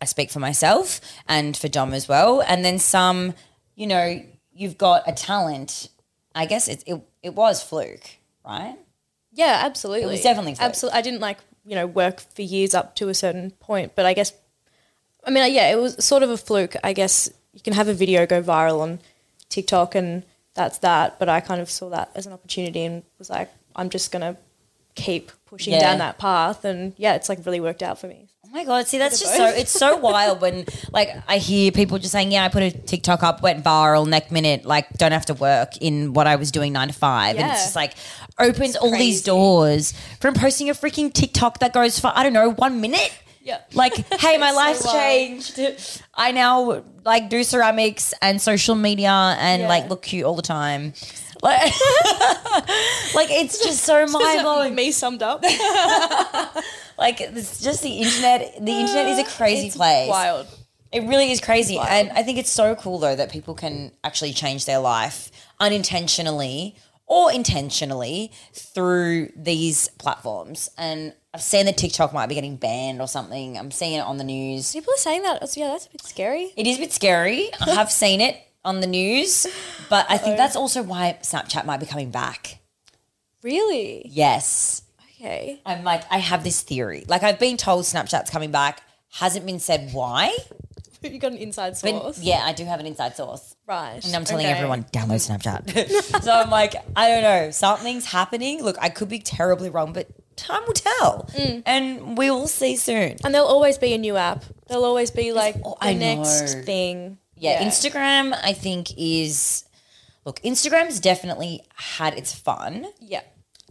[SPEAKER 1] I speak for myself and for Dom as well. And then some, you know, you've got a talent. I guess it it, it was fluke, right?
[SPEAKER 5] Yeah, absolutely. It
[SPEAKER 1] was definitely fun.
[SPEAKER 5] absolutely. I didn't like you know work for years up to a certain point, but I guess, I mean, uh, yeah, it was sort of a fluke. I guess you can have a video go viral on TikTok, and that's that. But I kind of saw that as an opportunity and was like, I'm just gonna keep pushing
[SPEAKER 1] Yeah.
[SPEAKER 5] down that path, and yeah, it's like really worked out for me.
[SPEAKER 1] Oh my god! See, that's just so it's so wild when like I hear people just saying, "Yeah, I put a TikTok up, went viral, neck minute, like don't have to work in what I was doing nine to five. and it's
[SPEAKER 5] Yeah.
[SPEAKER 1] just like opens all these doors from posting a freaking TikTok that goes for I don't know one minute.
[SPEAKER 5] Yeah.
[SPEAKER 1] Like, hey, my life's
[SPEAKER 5] wild.
[SPEAKER 1] changed. I now like do ceramics and social media and
[SPEAKER 5] Yeah.
[SPEAKER 1] like look cute all the time. Like, like it's just so mind blowing
[SPEAKER 5] me summed up.
[SPEAKER 1] like it's just the internet the internet is a crazy place
[SPEAKER 5] Wild.
[SPEAKER 1] it really is crazy and i think it's so cool though that people can actually change their life unintentionally or intentionally through these platforms and i've seen that tiktok might be getting banned or something i'm seeing it on the news
[SPEAKER 5] People are saying that. It's- Yeah, that's a bit scary.
[SPEAKER 1] it is a bit scary i have seen it on the news but i
[SPEAKER 5] Oh.
[SPEAKER 1] think that's also why snapchat might be coming back
[SPEAKER 5] Really?
[SPEAKER 1] yes
[SPEAKER 5] Okay.
[SPEAKER 1] I'm like, I have this theory. Like, I've been told Snapchat's coming back. Hasn't been said why.
[SPEAKER 5] You got an inside
[SPEAKER 1] But
[SPEAKER 5] source.
[SPEAKER 1] yeah, I do have an inside source.
[SPEAKER 5] Right.
[SPEAKER 1] And I'm telling
[SPEAKER 5] Okay.
[SPEAKER 1] everyone, download Snapchat. so I'm like, I don't know. Something's happening. Look, I could be terribly wrong, but time will tell.
[SPEAKER 5] Mm.
[SPEAKER 1] And we will see soon.
[SPEAKER 5] And there'll always be a new app. There'll always be like
[SPEAKER 1] oh,
[SPEAKER 5] the
[SPEAKER 1] I
[SPEAKER 5] next
[SPEAKER 1] know.
[SPEAKER 5] thing.
[SPEAKER 1] yeah, Instagram, I think, is look, Instagram's definitely had its fun.
[SPEAKER 5] Yeah.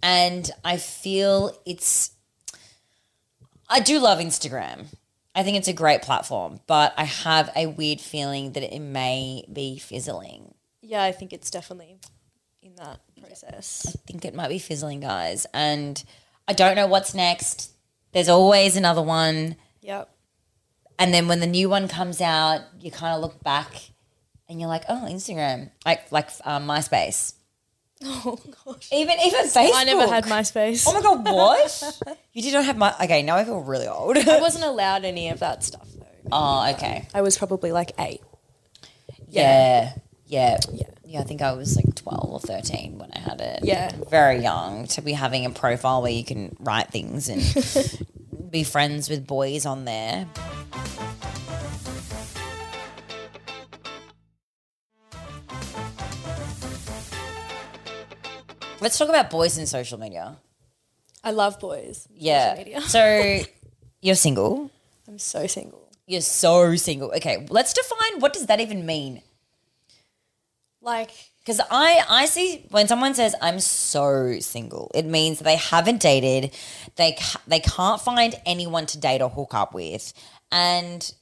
[SPEAKER 1] and I feel it's. I do love Instagram. I think it's a great platform, but I have a weird feeling that it may be fizzling.
[SPEAKER 5] Yeah, I think it's definitely in that process.
[SPEAKER 1] I think it might be fizzling, guys. And I don't know what's next. There's always another one.
[SPEAKER 5] Yep.
[SPEAKER 1] And then when the new one comes out, you kind of look back and you're like, oh, Instagram, like like um, MySpace. Oh gosh. Even even Facebook.
[SPEAKER 5] I never had MySpace.
[SPEAKER 1] Oh my god, what? you did not have my. Okay, now I feel really old.
[SPEAKER 5] I wasn't allowed any of that stuff though.
[SPEAKER 1] oh, okay.
[SPEAKER 5] I was probably like eight.
[SPEAKER 1] Yeah. yeah. Yeah. Yeah, I think I was like 12 or 13 when I had it.
[SPEAKER 5] Yeah.
[SPEAKER 1] Very young to be having a profile where you can write things and be friends with boys on there. Let's talk about boys in social media.
[SPEAKER 5] I love boys.
[SPEAKER 1] Yeah.
[SPEAKER 5] Social media.
[SPEAKER 1] So you're single.
[SPEAKER 5] I'm so single.
[SPEAKER 1] You're so single. Okay, let's define what does that even mean?
[SPEAKER 5] Like
[SPEAKER 1] Because I, I see when someone says I'm so single, it means they haven't dated, they ca- they can't find anyone to date or hook up with, and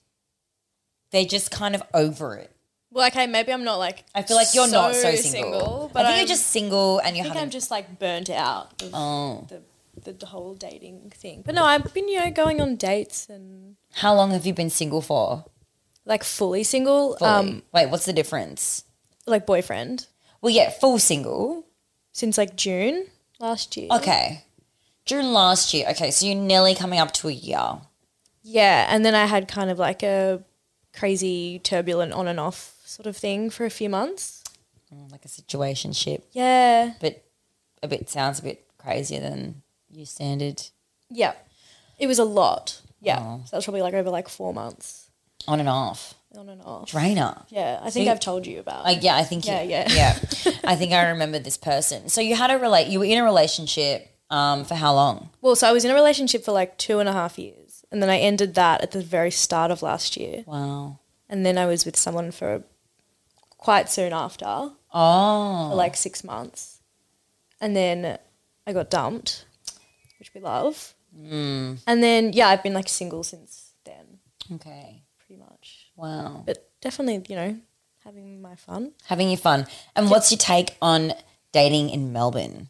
[SPEAKER 1] they're just kind of over it.
[SPEAKER 5] well, okay, maybe I'm not like
[SPEAKER 1] I feel like you're not so single. I
[SPEAKER 5] but
[SPEAKER 1] think
[SPEAKER 5] I'm,
[SPEAKER 1] you're just single and
[SPEAKER 5] I
[SPEAKER 1] you're
[SPEAKER 5] think
[SPEAKER 1] having.
[SPEAKER 5] I'm just like burnt out of
[SPEAKER 1] Oh.
[SPEAKER 5] the, the whole dating thing. But no, I've been, you know, going on dates and
[SPEAKER 1] How long have you been single for?
[SPEAKER 5] like fully single.
[SPEAKER 1] Fully?
[SPEAKER 5] Um
[SPEAKER 1] Wait, what's the difference?
[SPEAKER 5] like boyfriend.
[SPEAKER 1] Well, yeah, full single.
[SPEAKER 5] Since like June last year.
[SPEAKER 1] Okay, June last year. Okay, so you're nearly coming up to a year.
[SPEAKER 5] Yeah, and then I had kind of like a crazy turbulent on and off sort of thing for a few months.
[SPEAKER 1] Mm, like a situation ship,
[SPEAKER 5] Yeah.
[SPEAKER 1] but a bit sounds a bit crazier than your standard.
[SPEAKER 5] Yeah. It was a lot. Yeah.
[SPEAKER 1] Oh.
[SPEAKER 5] So that was probably like over like four months
[SPEAKER 1] On and off.
[SPEAKER 5] on and off.
[SPEAKER 1] Drainer.
[SPEAKER 5] Yeah. I think I've told you about.
[SPEAKER 1] Like, yeah, I think
[SPEAKER 5] Yeah,
[SPEAKER 1] you-
[SPEAKER 5] yeah.
[SPEAKER 1] yeah. I think I remember this person. So you had a relate. You were in a relationship um, for how long?
[SPEAKER 5] well, so I was in a relationship for like two and a half years. And then I ended that at the very start of last year.
[SPEAKER 1] Wow.
[SPEAKER 5] And then I was with someone for quite soon after,
[SPEAKER 1] Oh,
[SPEAKER 5] for like six months. And then I got dumped, which we love. Mm. And then, yeah, I've been like single since then,
[SPEAKER 1] okay.
[SPEAKER 5] pretty much.
[SPEAKER 1] Wow.
[SPEAKER 5] But definitely, you know, having my fun.
[SPEAKER 1] Having your fun. And what's your take on dating in Melbourne?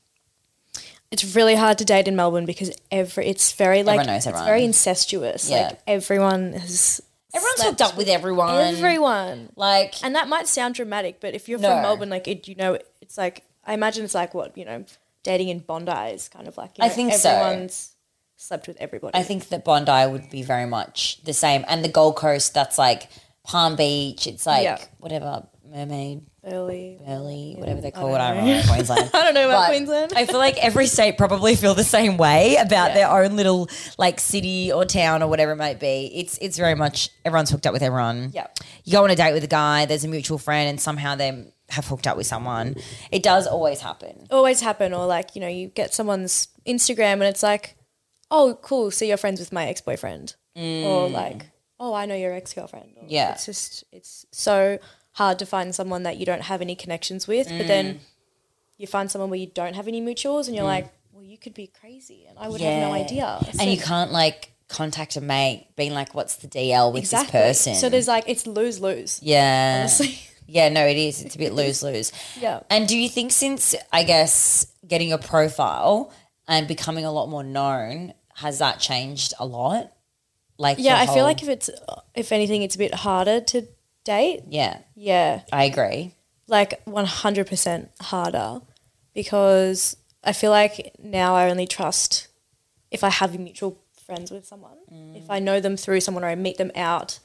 [SPEAKER 5] it's really hard to date in Melbourne because every it's very like
[SPEAKER 1] Everyone knows
[SPEAKER 5] it's
[SPEAKER 1] everyone.
[SPEAKER 5] very incestuous.
[SPEAKER 1] Yeah.
[SPEAKER 5] Like everyone has
[SPEAKER 1] Everyone's
[SPEAKER 5] slept
[SPEAKER 1] hooked up with everyone.
[SPEAKER 5] everyone.
[SPEAKER 1] Like,
[SPEAKER 5] And that might sound dramatic, but if you're
[SPEAKER 1] No.
[SPEAKER 5] from Melbourne, like it, you know, it's like I imagine it's like what you know, dating in Bondi is kind of like. You
[SPEAKER 1] I
[SPEAKER 5] know,
[SPEAKER 1] think so.
[SPEAKER 5] everyone's slept with everybody.
[SPEAKER 1] I think that Bondi would be very much the same. And the Gold Coast, that's like Palm Beach. It's like
[SPEAKER 5] Yeah.
[SPEAKER 1] whatever, Mermaid,
[SPEAKER 5] early.
[SPEAKER 1] Burley, whatever they're called. I don't know, Queensland.
[SPEAKER 5] I don't know about
[SPEAKER 1] But
[SPEAKER 5] Queensland.
[SPEAKER 1] I feel like every state probably feel the same way about their own little like city or town or whatever it might be. It's it's very much everyone's hooked up with everyone.
[SPEAKER 5] Yep.
[SPEAKER 1] You go on a date with a guy, there's a mutual friend, and somehow they have hooked up with someone. It does always happen.
[SPEAKER 5] always happen, or like you know, you get someone's Instagram and it's like, oh, cool, so you're friends with my ex boyfriend, or like, oh, I know your ex girlfriend.
[SPEAKER 1] Mm. Yeah.
[SPEAKER 5] it's just it's so hard to find someone that you don't have any connections with, but
[SPEAKER 1] Mm.
[SPEAKER 5] then you find someone where you don't have any mutuals, and you're like, well, you could be crazy, and I would have no
[SPEAKER 1] Yeah.
[SPEAKER 5] idea. So-
[SPEAKER 1] And you can't like contact a mate being like, What's the DL with
[SPEAKER 5] exactly.
[SPEAKER 1] this person?
[SPEAKER 5] So there's like it's lose lose.
[SPEAKER 1] Yeah.
[SPEAKER 5] Honestly.
[SPEAKER 1] Yeah, no, it is. It's a bit lose lose.
[SPEAKER 5] Yeah.
[SPEAKER 1] And do you think since I guess getting a profile and becoming a lot more known, has that changed a lot? Like
[SPEAKER 5] Yeah,
[SPEAKER 1] your
[SPEAKER 5] I feel
[SPEAKER 1] whole-
[SPEAKER 5] like if it's if anything, it's a bit harder to date.
[SPEAKER 1] Yeah,
[SPEAKER 5] Yeah.
[SPEAKER 1] I agree.
[SPEAKER 5] like 100% harder because I feel like now I only trust if I have mutual friends with someone. If I know them through someone or I meet them out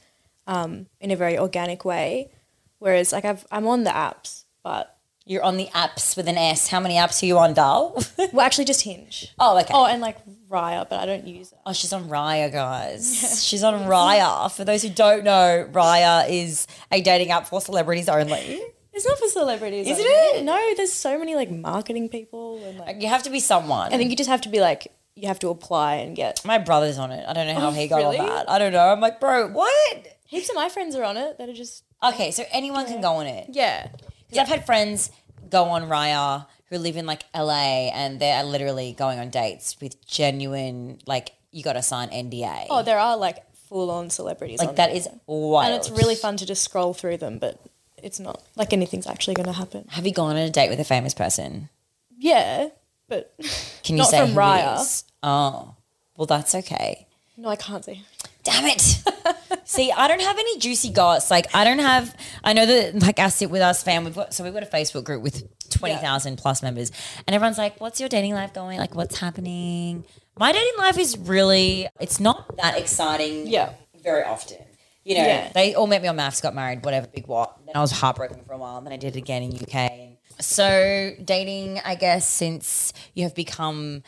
[SPEAKER 5] um, in a very organic way. Whereas, like, I've, I'm on the apps, but,
[SPEAKER 1] You're on the apps with an S. How many apps are you on, Dal?
[SPEAKER 5] well, actually, just Hinge.
[SPEAKER 1] oh, okay.
[SPEAKER 5] Oh,
[SPEAKER 1] Oh.
[SPEAKER 5] and like Raya, but I don't use it.
[SPEAKER 1] she's on Raya, guys. She's on Raya. For those who don't know, Raya is a dating app for celebrities only.
[SPEAKER 5] It's not for celebrities.
[SPEAKER 1] Isn't
[SPEAKER 5] I mean.
[SPEAKER 1] it?
[SPEAKER 5] No, there's so many like marketing people. And like,
[SPEAKER 1] You have to be someone.
[SPEAKER 5] I think you just have to be like, you have to apply and get.
[SPEAKER 1] my brother's on it. I don't know how
[SPEAKER 5] Oh,
[SPEAKER 1] he got
[SPEAKER 5] really?
[SPEAKER 1] on that. I don't know. I'm like, bro, what?
[SPEAKER 5] Heaps of my friends are on it that are just.
[SPEAKER 1] Okay, so anyone can go on it.
[SPEAKER 5] Yeah.
[SPEAKER 1] Because I've had friends go on Raya who live in like LA and they're literally going on dates with genuine, like, you got to sign NDA.
[SPEAKER 5] Oh, there are like full on celebrities. on
[SPEAKER 1] like,
[SPEAKER 5] there.
[SPEAKER 1] that is wild.
[SPEAKER 5] and it's really fun to just scroll through them, but it's not like anything's actually going to happen.
[SPEAKER 1] Have you gone on a date with a famous person?
[SPEAKER 5] Yeah, but
[SPEAKER 1] Can you
[SPEAKER 5] not
[SPEAKER 1] say
[SPEAKER 5] from
[SPEAKER 1] who it
[SPEAKER 5] Raya.
[SPEAKER 1] is? Oh, well, that's okay.
[SPEAKER 5] No, I can't say.
[SPEAKER 1] Damn it. See, I don't have any juicy goss. Like, I don't have, I know that, like, our Sit With Us fan, we've got, so we've got a Facebook group with 20,000 plus members. And everyone's like, what's your dating life going? Like, what's happening? My dating life is really, it's not that exciting
[SPEAKER 5] Yeah.
[SPEAKER 1] very often. You know,
[SPEAKER 5] Yeah.
[SPEAKER 1] they all met me on maths, got married, whatever, big what. Then I was heartbroken for a while, and then I did it again in UK. So dating, I guess, since you have become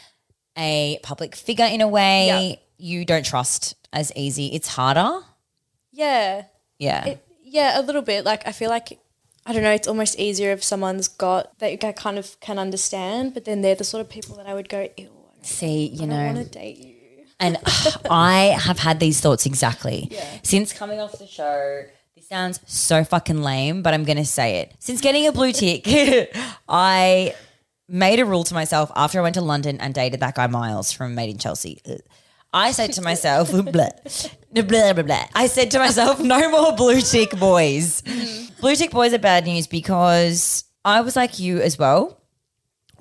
[SPEAKER 1] a public figure in a way,
[SPEAKER 5] Yeah.
[SPEAKER 1] you don't trust as easy. It's harder.
[SPEAKER 5] Yeah.
[SPEAKER 1] Yeah.
[SPEAKER 5] It, yeah, a little bit. Like I feel like I don't know. It's almost easier if someone's got that I kind of can understand, but then they're the sort of people that I would go, "Ew,
[SPEAKER 1] See, you
[SPEAKER 5] I
[SPEAKER 1] know,
[SPEAKER 5] want to date you."
[SPEAKER 1] And I have had these thoughts exactly. Since coming off the show, this sounds so fucking lame, but I'm going to say it. Since getting a blue tick, I made a rule to myself after I went to London and dated that guy Miles from Made in Chelsea. Ugh. I said to myself, blah, blah, blah, blah, blah. I said to myself, no more blue tick boys. Blue tick boys are bad news because I was like you as well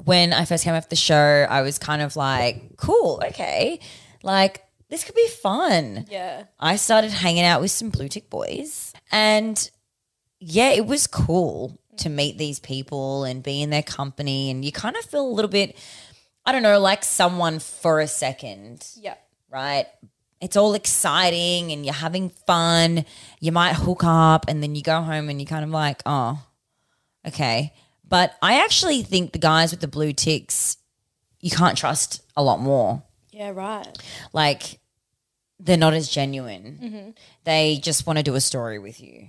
[SPEAKER 1] when I first came off the show, I was kind of like, cool, okay. Like, this could be fun.
[SPEAKER 5] Yeah.
[SPEAKER 1] I started hanging out with some blue tick boys. And yeah, it was cool to meet these people and be in their company. And you kind of feel a little bit, I don't know, like someone for a second
[SPEAKER 5] Yeah.
[SPEAKER 1] right? It's all exciting and you're having fun. You might hook up and then you go home and you're kind of like, oh, okay. But I actually think the guys with the blue ticks, you can't trust a lot more.
[SPEAKER 5] Yeah. Right.
[SPEAKER 1] Like, they're not as genuine.
[SPEAKER 5] Mm-hmm.
[SPEAKER 1] They just want to do a story with you.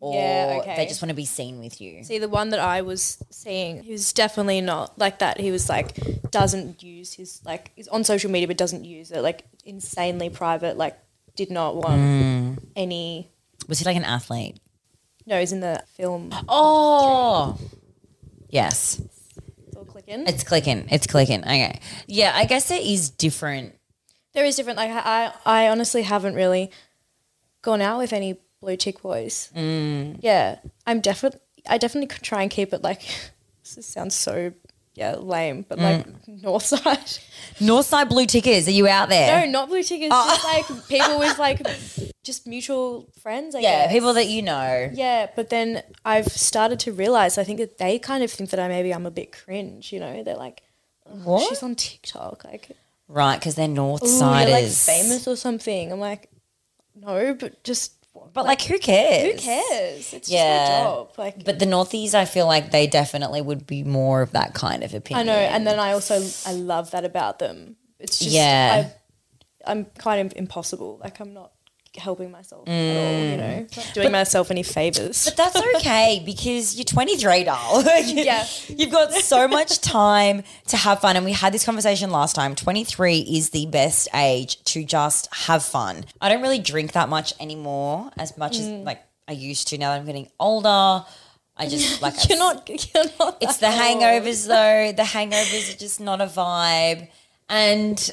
[SPEAKER 1] Or
[SPEAKER 5] Yeah, okay.
[SPEAKER 1] they just want to be seen with you.
[SPEAKER 5] See, the one that I was seeing, he was definitely not like that. He was like, doesn't use his, like, he's on social media but doesn't use it, like, insanely private, like, did not want any.
[SPEAKER 1] Was he like an athlete?
[SPEAKER 5] No, he's in the film.
[SPEAKER 1] Oh, yes.
[SPEAKER 5] It's all clicking.
[SPEAKER 1] It's clicking. It's clicking. Okay. Yeah, I guess it is different.
[SPEAKER 5] There is different, like, I, I I honestly haven't really gone out with any blue chick boys. Yeah. I'm definitely, I definitely could try and keep it, like, this sounds so, yeah, lame, but like, north side.
[SPEAKER 1] Northside Blue Tickers, are you out there?
[SPEAKER 5] No, not blue tickets.
[SPEAKER 1] Oh.
[SPEAKER 5] Just like people with like just mutual friends. I
[SPEAKER 1] yeah,
[SPEAKER 5] guess.
[SPEAKER 1] people that you know.
[SPEAKER 5] Yeah, but then I've started to realize. I think that they kind of think that I maybe I'm a bit cringe. You know, they're like, "Ugh,
[SPEAKER 1] What?
[SPEAKER 5] She's on TikTok, like,
[SPEAKER 1] Right, because they're
[SPEAKER 5] ooh, you're like
[SPEAKER 1] Northsiders.
[SPEAKER 5] famous or something. I'm like, no, but just
[SPEAKER 1] But like, who cares?
[SPEAKER 5] who cares? It's just
[SPEAKER 1] Yeah.
[SPEAKER 5] my job. Like,
[SPEAKER 1] But the Northies, I feel like they definitely would be more of that kind of
[SPEAKER 5] I
[SPEAKER 1] opinion.
[SPEAKER 5] know, and then I also I love that about them. It's just
[SPEAKER 1] Yeah.
[SPEAKER 5] I, I'm kind of impossible. Like I'm not helping myself at all. You know, not doing myself any favors.
[SPEAKER 1] But that's okay because you're 23, doll.
[SPEAKER 5] Yeah.
[SPEAKER 1] You've got so much time to have fun. And we had this conversation last time. 23 is the best age to just have fun. I don't really drink that much anymore as much
[SPEAKER 5] Mm.
[SPEAKER 1] as like I used to now that I'm getting older. I just like
[SPEAKER 5] You're not. You're not.
[SPEAKER 1] It's the
[SPEAKER 5] that old.
[SPEAKER 1] hangovers though. The hangovers are just not a vibe. And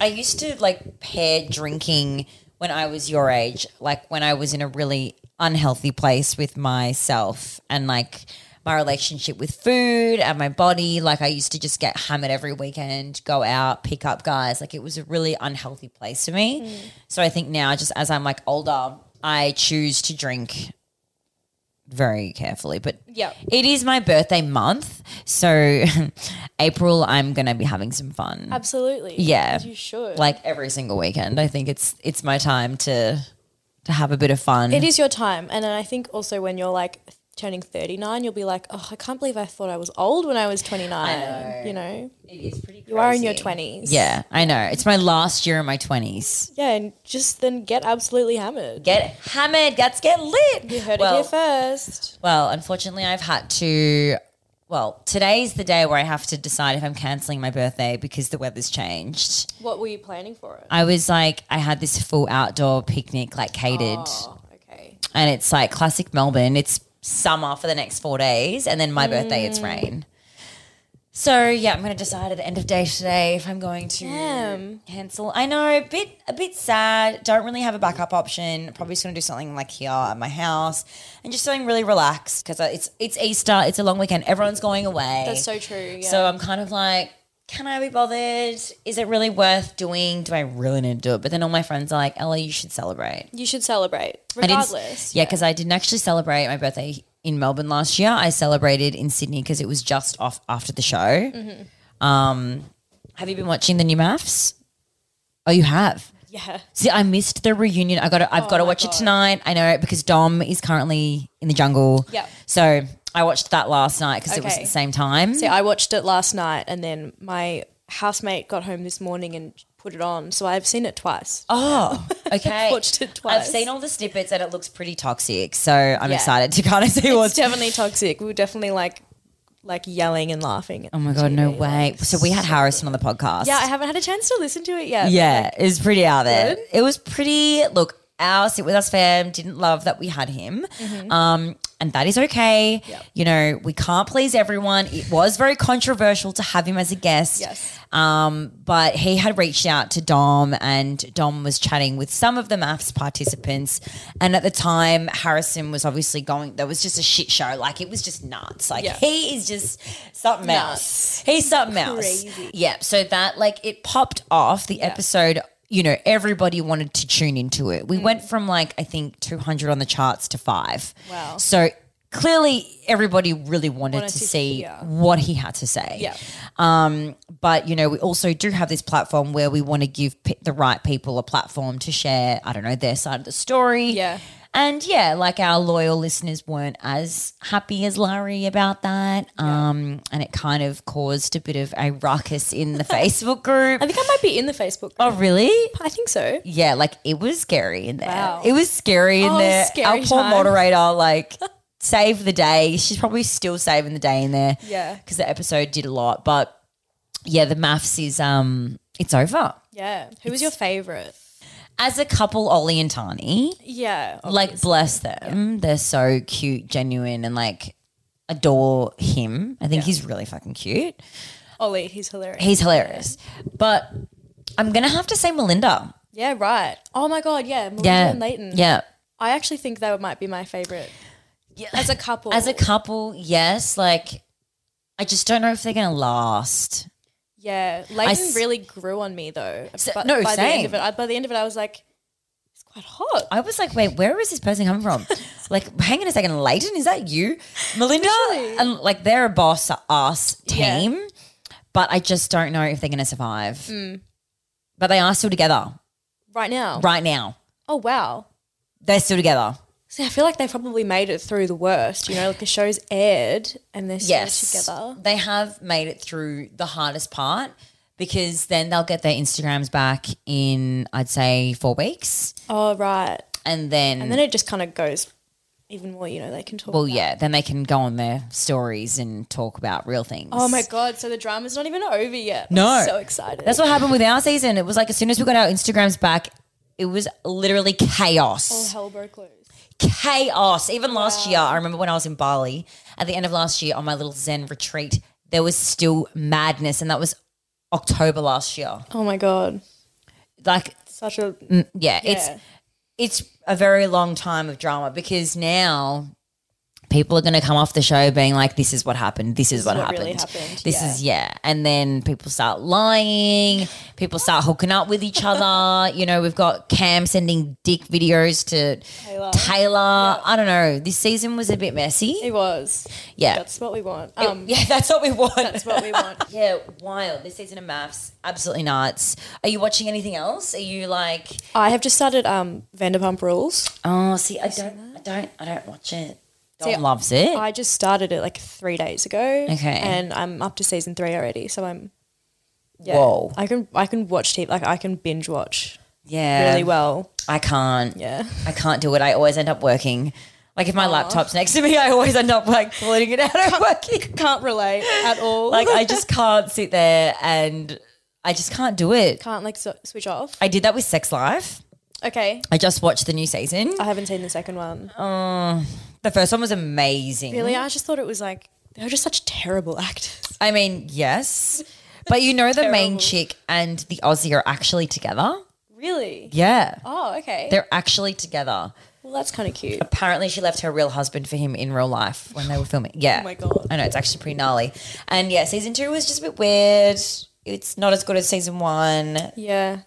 [SPEAKER 1] I used to like pair drinking when I was your age, like when I was in a really unhealthy place with myself and like my relationship with food and my body. Like I used to just get hammered every weekend, go out, pick up guys. Like it was a really unhealthy place for me. So I think now just as I'm like older, I choose to drink very carefully. But
[SPEAKER 5] Yep.
[SPEAKER 1] it is my birthday month. So April I'm gonna be having some fun.
[SPEAKER 5] Absolutely.
[SPEAKER 1] Yeah.
[SPEAKER 5] You should.
[SPEAKER 1] Like every single weekend. I think it's it's my time to to have a bit of fun.
[SPEAKER 5] it is your time, and then I think also when you're like turning 39, you'll be like, oh, I can't believe I thought I was old when I was 29. You know,
[SPEAKER 1] it is pretty
[SPEAKER 5] you are in your 20s.
[SPEAKER 1] Yeah, I know. It's my last year in my twenties.
[SPEAKER 5] Yeah, and just then get absolutely hammered.
[SPEAKER 1] Get hammered, guts get lit.
[SPEAKER 5] you heard
[SPEAKER 1] well,
[SPEAKER 5] it here first.
[SPEAKER 1] Well, unfortunately I've had to well, today's the day where I have to decide if I'm cancelling my birthday because the weather's changed.
[SPEAKER 5] What were you planning for it?
[SPEAKER 1] I was like, I had this full outdoor picnic, like catered,
[SPEAKER 5] Oh, okay.
[SPEAKER 1] and it's like classic Melbourne. It's summer for the next four days, and then my birthday, it's rain. So yeah, I'm gonna decide at the end of day today if I'm going to
[SPEAKER 5] Damn.
[SPEAKER 1] cancel. I know, a bit a bit sad. Don't really have a backup option. Probably just gonna do something like here at my house, and just something really relaxed because it's it's Easter. It's a long weekend. Everyone's going away.
[SPEAKER 5] That's so true. Yeah.
[SPEAKER 1] So I'm kind of like, can I be bothered? Is it really worth doing? Do I really need to do it? But then all my friends are like, Ellie, you should celebrate.
[SPEAKER 5] You should celebrate,
[SPEAKER 1] I didn't-
[SPEAKER 5] regardless.
[SPEAKER 1] yeah, because I didn't actually celebrate my birthday in Melbourne last year. I celebrated in Sydney because it was just off after the show.
[SPEAKER 5] Mm-hmm.
[SPEAKER 1] Um, have you been watching the new maths? Oh, you have.
[SPEAKER 5] yeah.
[SPEAKER 1] See, I missed the reunion. I got. to I've
[SPEAKER 5] Oh
[SPEAKER 1] got to watch it tonight. I know because Dom is currently in the jungle.
[SPEAKER 5] Yep.
[SPEAKER 1] So I watched that last night because it was at
[SPEAKER 5] Okay.
[SPEAKER 1] the same time.
[SPEAKER 5] See, I watched it last night, and then my housemate got home this morning and put it on, so I've seen it twice.
[SPEAKER 1] Oh, okay.
[SPEAKER 5] watched it
[SPEAKER 1] I've
[SPEAKER 5] twice.
[SPEAKER 1] seen all the snippets and it looks pretty toxic. So I'm
[SPEAKER 5] Yeah.
[SPEAKER 1] excited to kind of see
[SPEAKER 5] it's
[SPEAKER 1] what's.
[SPEAKER 5] definitely toxic. We were definitely like, like yelling and laughing. At
[SPEAKER 1] oh my god, no way! So we had Harrison on the podcast.
[SPEAKER 5] Yeah, I haven't had a chance to listen to it yet.
[SPEAKER 1] yeah, it was pretty out there.
[SPEAKER 5] Good.
[SPEAKER 1] It was pretty. Look, our sit with us fam didn't love that we had him,
[SPEAKER 5] Mm-hmm.
[SPEAKER 1] um, and that is okay. You know, we can't please everyone. It was very controversial to have him as a guest.
[SPEAKER 5] Yes.
[SPEAKER 1] Um, but he had reached out to Dom, and Dom was chatting with some of the maths participants. And at the time, Harrison was obviously going. There was just a shit show. Like it was just nuts. Like
[SPEAKER 5] Yeah.
[SPEAKER 1] he is just something else. He's something else.
[SPEAKER 5] Crazy.
[SPEAKER 1] Yeah. So that like it popped off the episode. You know, everybody wanted to tune into it.
[SPEAKER 5] Mm.
[SPEAKER 1] We went from like I think 200 on the charts to five.
[SPEAKER 5] Wow.
[SPEAKER 1] So clearly, everybody really wanted,
[SPEAKER 5] Wanted
[SPEAKER 1] to,
[SPEAKER 5] to-
[SPEAKER 1] see
[SPEAKER 5] yeah.
[SPEAKER 1] what he had to say.
[SPEAKER 5] Yeah.
[SPEAKER 1] Um, but you know, we also do have this platform where we want to give p- the right people a platform to share. I don't know their side of the story.
[SPEAKER 5] Yeah.
[SPEAKER 1] And yeah, like our loyal listeners weren't as happy as Larry about that. Um, and it kind of caused a bit of a ruckus in the Facebook group.
[SPEAKER 5] I think I might be in the Facebook. Group.
[SPEAKER 1] oh, really?
[SPEAKER 5] I think so.
[SPEAKER 1] Yeah, like it was scary in there.
[SPEAKER 5] Wow.
[SPEAKER 1] It was scary in
[SPEAKER 5] Oh,
[SPEAKER 1] there.
[SPEAKER 5] scary
[SPEAKER 1] Our poor
[SPEAKER 5] time.
[SPEAKER 1] moderator, like, saved the day. She's probably still saving the day in there.
[SPEAKER 5] Yeah.
[SPEAKER 1] Because the episode did a lot. But yeah, the maths is um it's over.
[SPEAKER 5] Yeah. Who was your favorite?
[SPEAKER 1] As a couple, Ollie and Tani,
[SPEAKER 5] Yeah.
[SPEAKER 1] like bless them. They're so cute, genuine, and like adore him. I think he's really fucking cute.
[SPEAKER 5] Ollie, he's hilarious.
[SPEAKER 1] He's hilarious. But I'm gonna have to say Melinda.
[SPEAKER 5] yeah, right. Oh my god, yeah. Melinda
[SPEAKER 1] Yeah.
[SPEAKER 5] and Leighton.
[SPEAKER 1] Yeah.
[SPEAKER 5] I actually think that might be my favorite.
[SPEAKER 1] Yeah.
[SPEAKER 5] As a couple.
[SPEAKER 1] As a couple, yes. Like, I just don't know if they're going to last.
[SPEAKER 5] Yeah. Leighton
[SPEAKER 1] s-
[SPEAKER 5] really grew on me though.
[SPEAKER 1] So-
[SPEAKER 5] But
[SPEAKER 1] no,
[SPEAKER 5] by the end
[SPEAKER 1] same.
[SPEAKER 5] of it. I, by the end of it I was like, it's quite hot.
[SPEAKER 1] I was like, wait, where is this person coming from? like, hang on a second, Leighton, is that you? Melinda? And like, they're a boss, us
[SPEAKER 5] Yeah.
[SPEAKER 1] team, but I just don't know if they're going to survive.
[SPEAKER 5] Hmm.
[SPEAKER 1] But they are still together
[SPEAKER 5] right now.
[SPEAKER 1] right now.
[SPEAKER 5] Oh wow.
[SPEAKER 1] They're still together.
[SPEAKER 5] See, I feel like they probably made it through the worst, you know, like the show's aired and they're still together.
[SPEAKER 1] They have made it through the hardest part because then they'll get their Instagrams back in, I'd say, four weeks.
[SPEAKER 5] Oh right.
[SPEAKER 1] And then.
[SPEAKER 5] And then it just kind of goes even more, you know, they can talk
[SPEAKER 1] Well,
[SPEAKER 5] about-
[SPEAKER 1] yeah, then they can go on their stories and talk about real things.
[SPEAKER 5] Oh my god! So the drama's not even over yet.
[SPEAKER 1] No.
[SPEAKER 5] I'm so excited.
[SPEAKER 1] That's what happened with our season. It was like as soon as we got our Instagrams back, it was literally
[SPEAKER 5] all
[SPEAKER 1] chaos.
[SPEAKER 5] hell broke loose.
[SPEAKER 1] Chaos. Even last year, I remember when I was in Bali at the end of last year on my little Zen retreat, there was still madness, and that was October last year.
[SPEAKER 5] Oh my god!
[SPEAKER 1] Like,
[SPEAKER 5] Such a
[SPEAKER 1] yeah, it's
[SPEAKER 5] Yeah.
[SPEAKER 1] it's a very long time of drama because now people are going to come off the show being like, "This is what happened. This is what,
[SPEAKER 5] what
[SPEAKER 1] happened.
[SPEAKER 5] really happened,
[SPEAKER 1] This
[SPEAKER 5] yeah.
[SPEAKER 1] is yeah." And then people start lying. People start hooking up with each other. you know, we've got Cam sending dick videos to Taylor. I don't know. This season was a bit messy.
[SPEAKER 5] it was.
[SPEAKER 1] Yeah.
[SPEAKER 5] That's what we want. Um,
[SPEAKER 1] yeah, that's what we want.
[SPEAKER 5] that's what we want.
[SPEAKER 1] yeah, wild. This season of maths, absolutely nuts. Are you watching anything else? Are you like
[SPEAKER 5] I have just started um, Vanderpump Rules.
[SPEAKER 1] Oh, see, I don't, I don't, I don't watch it. Dom loves it.
[SPEAKER 5] I just started it like three days ago.
[SPEAKER 1] Okay.
[SPEAKER 5] and I'm up to season three already. So I'm. Yeah,
[SPEAKER 1] Whoa.
[SPEAKER 5] I can I can watch TV like I can binge watch
[SPEAKER 1] yeah,
[SPEAKER 5] really well.
[SPEAKER 1] I can't.
[SPEAKER 5] Yeah.
[SPEAKER 1] I can't do it. I always end up working. Like if my laptop's next to me, I always end up like pulling it out and working.
[SPEAKER 5] Can't relate at all.
[SPEAKER 1] Like I just can't sit there and I just can't do it.
[SPEAKER 5] can't like so- switch off.
[SPEAKER 1] I did that with Sex Life.
[SPEAKER 5] Okay.
[SPEAKER 1] I just watched the new season.
[SPEAKER 5] I haven't seen the second one.
[SPEAKER 1] Oh. The first one was amazing.
[SPEAKER 5] Really, I just thought it was like they were just such terrible actors.
[SPEAKER 1] I mean, yes. But you know the main chick and the Aussie are actually together?
[SPEAKER 5] Really?
[SPEAKER 1] Yeah.
[SPEAKER 5] Oh, okay.
[SPEAKER 1] They're actually together.
[SPEAKER 5] well, that's kind of cute.
[SPEAKER 1] apparently she left her real husband for him in real life when they were filming. Yeah.
[SPEAKER 5] Oh my God.
[SPEAKER 1] I know it's actually pretty gnarly. And yeah, season two was just a bit weird. it's not as good as season one.
[SPEAKER 5] Yeah.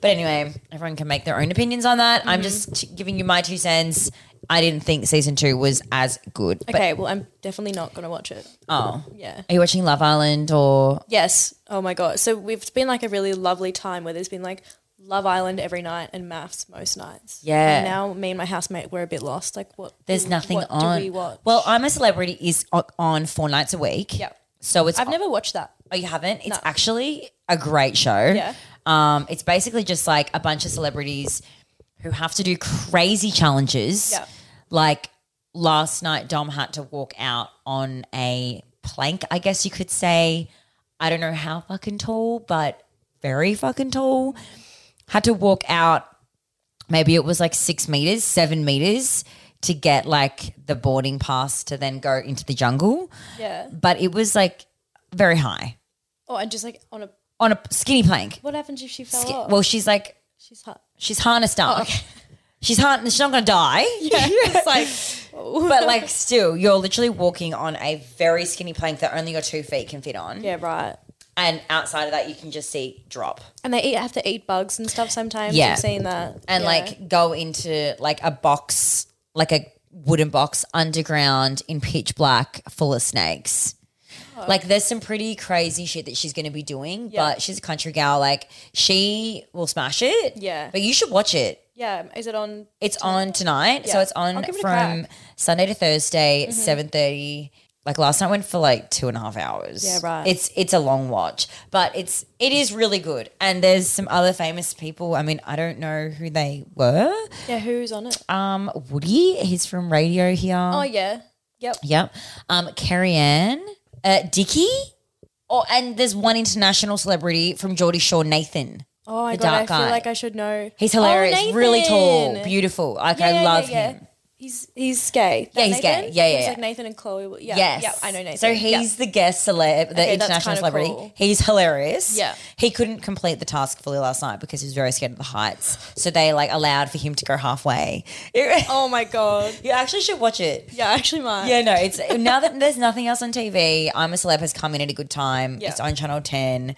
[SPEAKER 1] But anyway, everyone can make their own opinions on that.
[SPEAKER 5] Mm-hmm.
[SPEAKER 1] I'm just giving you my two cents. I didn't think season two was as good. But,
[SPEAKER 5] Okay, well, I'm definitely not going to watch it.
[SPEAKER 1] oh,
[SPEAKER 5] Yeah.
[SPEAKER 1] are you watching Love Island or
[SPEAKER 5] Yes. Oh my god. So we've it's been like a really lovely time where there's been like Love Island every night and Maths most nights.
[SPEAKER 1] Yeah.
[SPEAKER 5] And now me and my housemate were a bit lost. Like what?
[SPEAKER 1] there's nothing
[SPEAKER 5] what
[SPEAKER 1] on?
[SPEAKER 5] Do we watch?
[SPEAKER 1] Well, I'm a Celebrity is o- on four nights a week.
[SPEAKER 5] Yep.
[SPEAKER 1] So it's
[SPEAKER 5] I've never watched that.
[SPEAKER 1] Oh, you haven't? It's
[SPEAKER 5] No.
[SPEAKER 1] actually a great show.
[SPEAKER 5] Yeah.
[SPEAKER 1] Um, it's basically just like a bunch of celebrities who have to do crazy challenges.
[SPEAKER 5] Yeah.
[SPEAKER 1] Like last night, Dom had to walk out on a plank, I guess you could say. I don't know how fucking tall, but very fucking tall. Had to walk out, maybe it was like six meters, seven meters to get like the boarding pass to then go into the jungle.
[SPEAKER 5] Yeah.
[SPEAKER 1] But it was like very high
[SPEAKER 5] Oh, and just like on a
[SPEAKER 1] on a skinny plank.
[SPEAKER 5] what happens if she fell
[SPEAKER 1] Ski-
[SPEAKER 5] off?
[SPEAKER 1] Well, she's like
[SPEAKER 5] she's hot.
[SPEAKER 1] she's harnessed up.
[SPEAKER 5] Oh.
[SPEAKER 1] She's har- she's not gonna die.
[SPEAKER 5] it's like
[SPEAKER 1] but like still, you're literally walking on a very skinny plank that only your two feet can fit on.
[SPEAKER 5] yeah, right.
[SPEAKER 1] And outside of that you can just see drop.
[SPEAKER 5] And they eat have to eat bugs and stuff sometimes.
[SPEAKER 1] Yeah.
[SPEAKER 5] I've seen that.
[SPEAKER 1] And
[SPEAKER 5] Yeah.
[SPEAKER 1] like go into like a box, like a wooden box underground in pitch black full of snakes.
[SPEAKER 5] Oh.
[SPEAKER 1] Like there's some pretty crazy shit that she's gonna be doing, but she's a country gal. Like she will smash it.
[SPEAKER 5] Yeah.
[SPEAKER 1] But you should watch it.
[SPEAKER 5] yeah, is it on?
[SPEAKER 1] It's on tonight, so
[SPEAKER 5] Yeah.
[SPEAKER 1] it's on
[SPEAKER 5] I'll give it
[SPEAKER 1] from
[SPEAKER 5] a crack. Mm-hmm.
[SPEAKER 1] Sunday to Thursday, seven thirty. Like last night went for like two and a half hours.
[SPEAKER 5] Yeah, right.
[SPEAKER 1] It's it's a long watch, but it's it is really good. And there's some other famous people. I mean, I don't know who they were.
[SPEAKER 5] Yeah, who's on it?
[SPEAKER 1] Um, Woody, he's from Radio here.
[SPEAKER 5] oh yeah, yep.
[SPEAKER 1] Yep. Um, Carrie Ann, uh, Dickie. Oh, and there's one international celebrity from Geordie Shore, Nathan.
[SPEAKER 5] Oh my
[SPEAKER 1] the
[SPEAKER 5] god, I
[SPEAKER 1] dark
[SPEAKER 5] feel
[SPEAKER 1] guy.
[SPEAKER 5] like I should know.
[SPEAKER 1] He's hilarious,
[SPEAKER 5] Oh,
[SPEAKER 1] really tall,
[SPEAKER 5] Nathan.
[SPEAKER 1] beautiful. Like
[SPEAKER 5] Yeah,
[SPEAKER 1] I
[SPEAKER 5] yeah,
[SPEAKER 1] love
[SPEAKER 5] yeah, yeah.
[SPEAKER 1] him.
[SPEAKER 5] He's he's
[SPEAKER 1] Yeah,
[SPEAKER 5] gay. That
[SPEAKER 1] he's gay.
[SPEAKER 5] Nathan?
[SPEAKER 1] Yeah, yeah,
[SPEAKER 5] He's
[SPEAKER 1] yeah.
[SPEAKER 5] like Nathan and Chloe. Yeah,
[SPEAKER 1] Yes.
[SPEAKER 5] yeah, I know Nathan.
[SPEAKER 1] So
[SPEAKER 5] Yeah.
[SPEAKER 1] he's the guest celeb, the
[SPEAKER 5] Okay, that's
[SPEAKER 1] international
[SPEAKER 5] kinda
[SPEAKER 1] celebrity.
[SPEAKER 5] cool.
[SPEAKER 1] He's hilarious.
[SPEAKER 5] Yeah.
[SPEAKER 1] He couldn't complete the task fully last night because he was very scared of the heights. So they like allowed for him to go halfway.
[SPEAKER 5] Oh my god.
[SPEAKER 1] You actually should watch it.
[SPEAKER 5] Yeah, actually mine.
[SPEAKER 1] Yeah, no, it's now that there's nothing else on TV, I'm a Celeb has come in at a good time.
[SPEAKER 5] Yeah.
[SPEAKER 1] It's on Channel 10.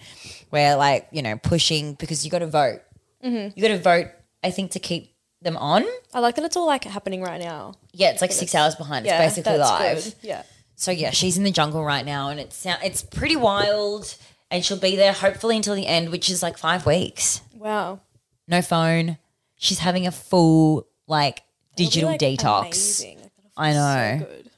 [SPEAKER 1] We're like, you know, pushing because you got to vote.
[SPEAKER 5] Mm-hmm.
[SPEAKER 1] You got to vote, I think, to keep them on.
[SPEAKER 5] I like that it's all like happening right now.
[SPEAKER 1] Yeah, it's like six hours behind.
[SPEAKER 5] Yeah,
[SPEAKER 1] it's basically
[SPEAKER 5] that's
[SPEAKER 1] live.
[SPEAKER 5] good. Yeah.
[SPEAKER 1] So yeah, she's in the jungle right now, and it's it's pretty wild. And she'll be there hopefully until the end, which is like five weeks.
[SPEAKER 5] Wow.
[SPEAKER 1] No phone. She's having a full like
[SPEAKER 5] It'll be,
[SPEAKER 1] digital
[SPEAKER 5] like,
[SPEAKER 1] detox.
[SPEAKER 5] amazing. Like, that'll
[SPEAKER 1] I
[SPEAKER 5] feel
[SPEAKER 1] know.
[SPEAKER 5] So good.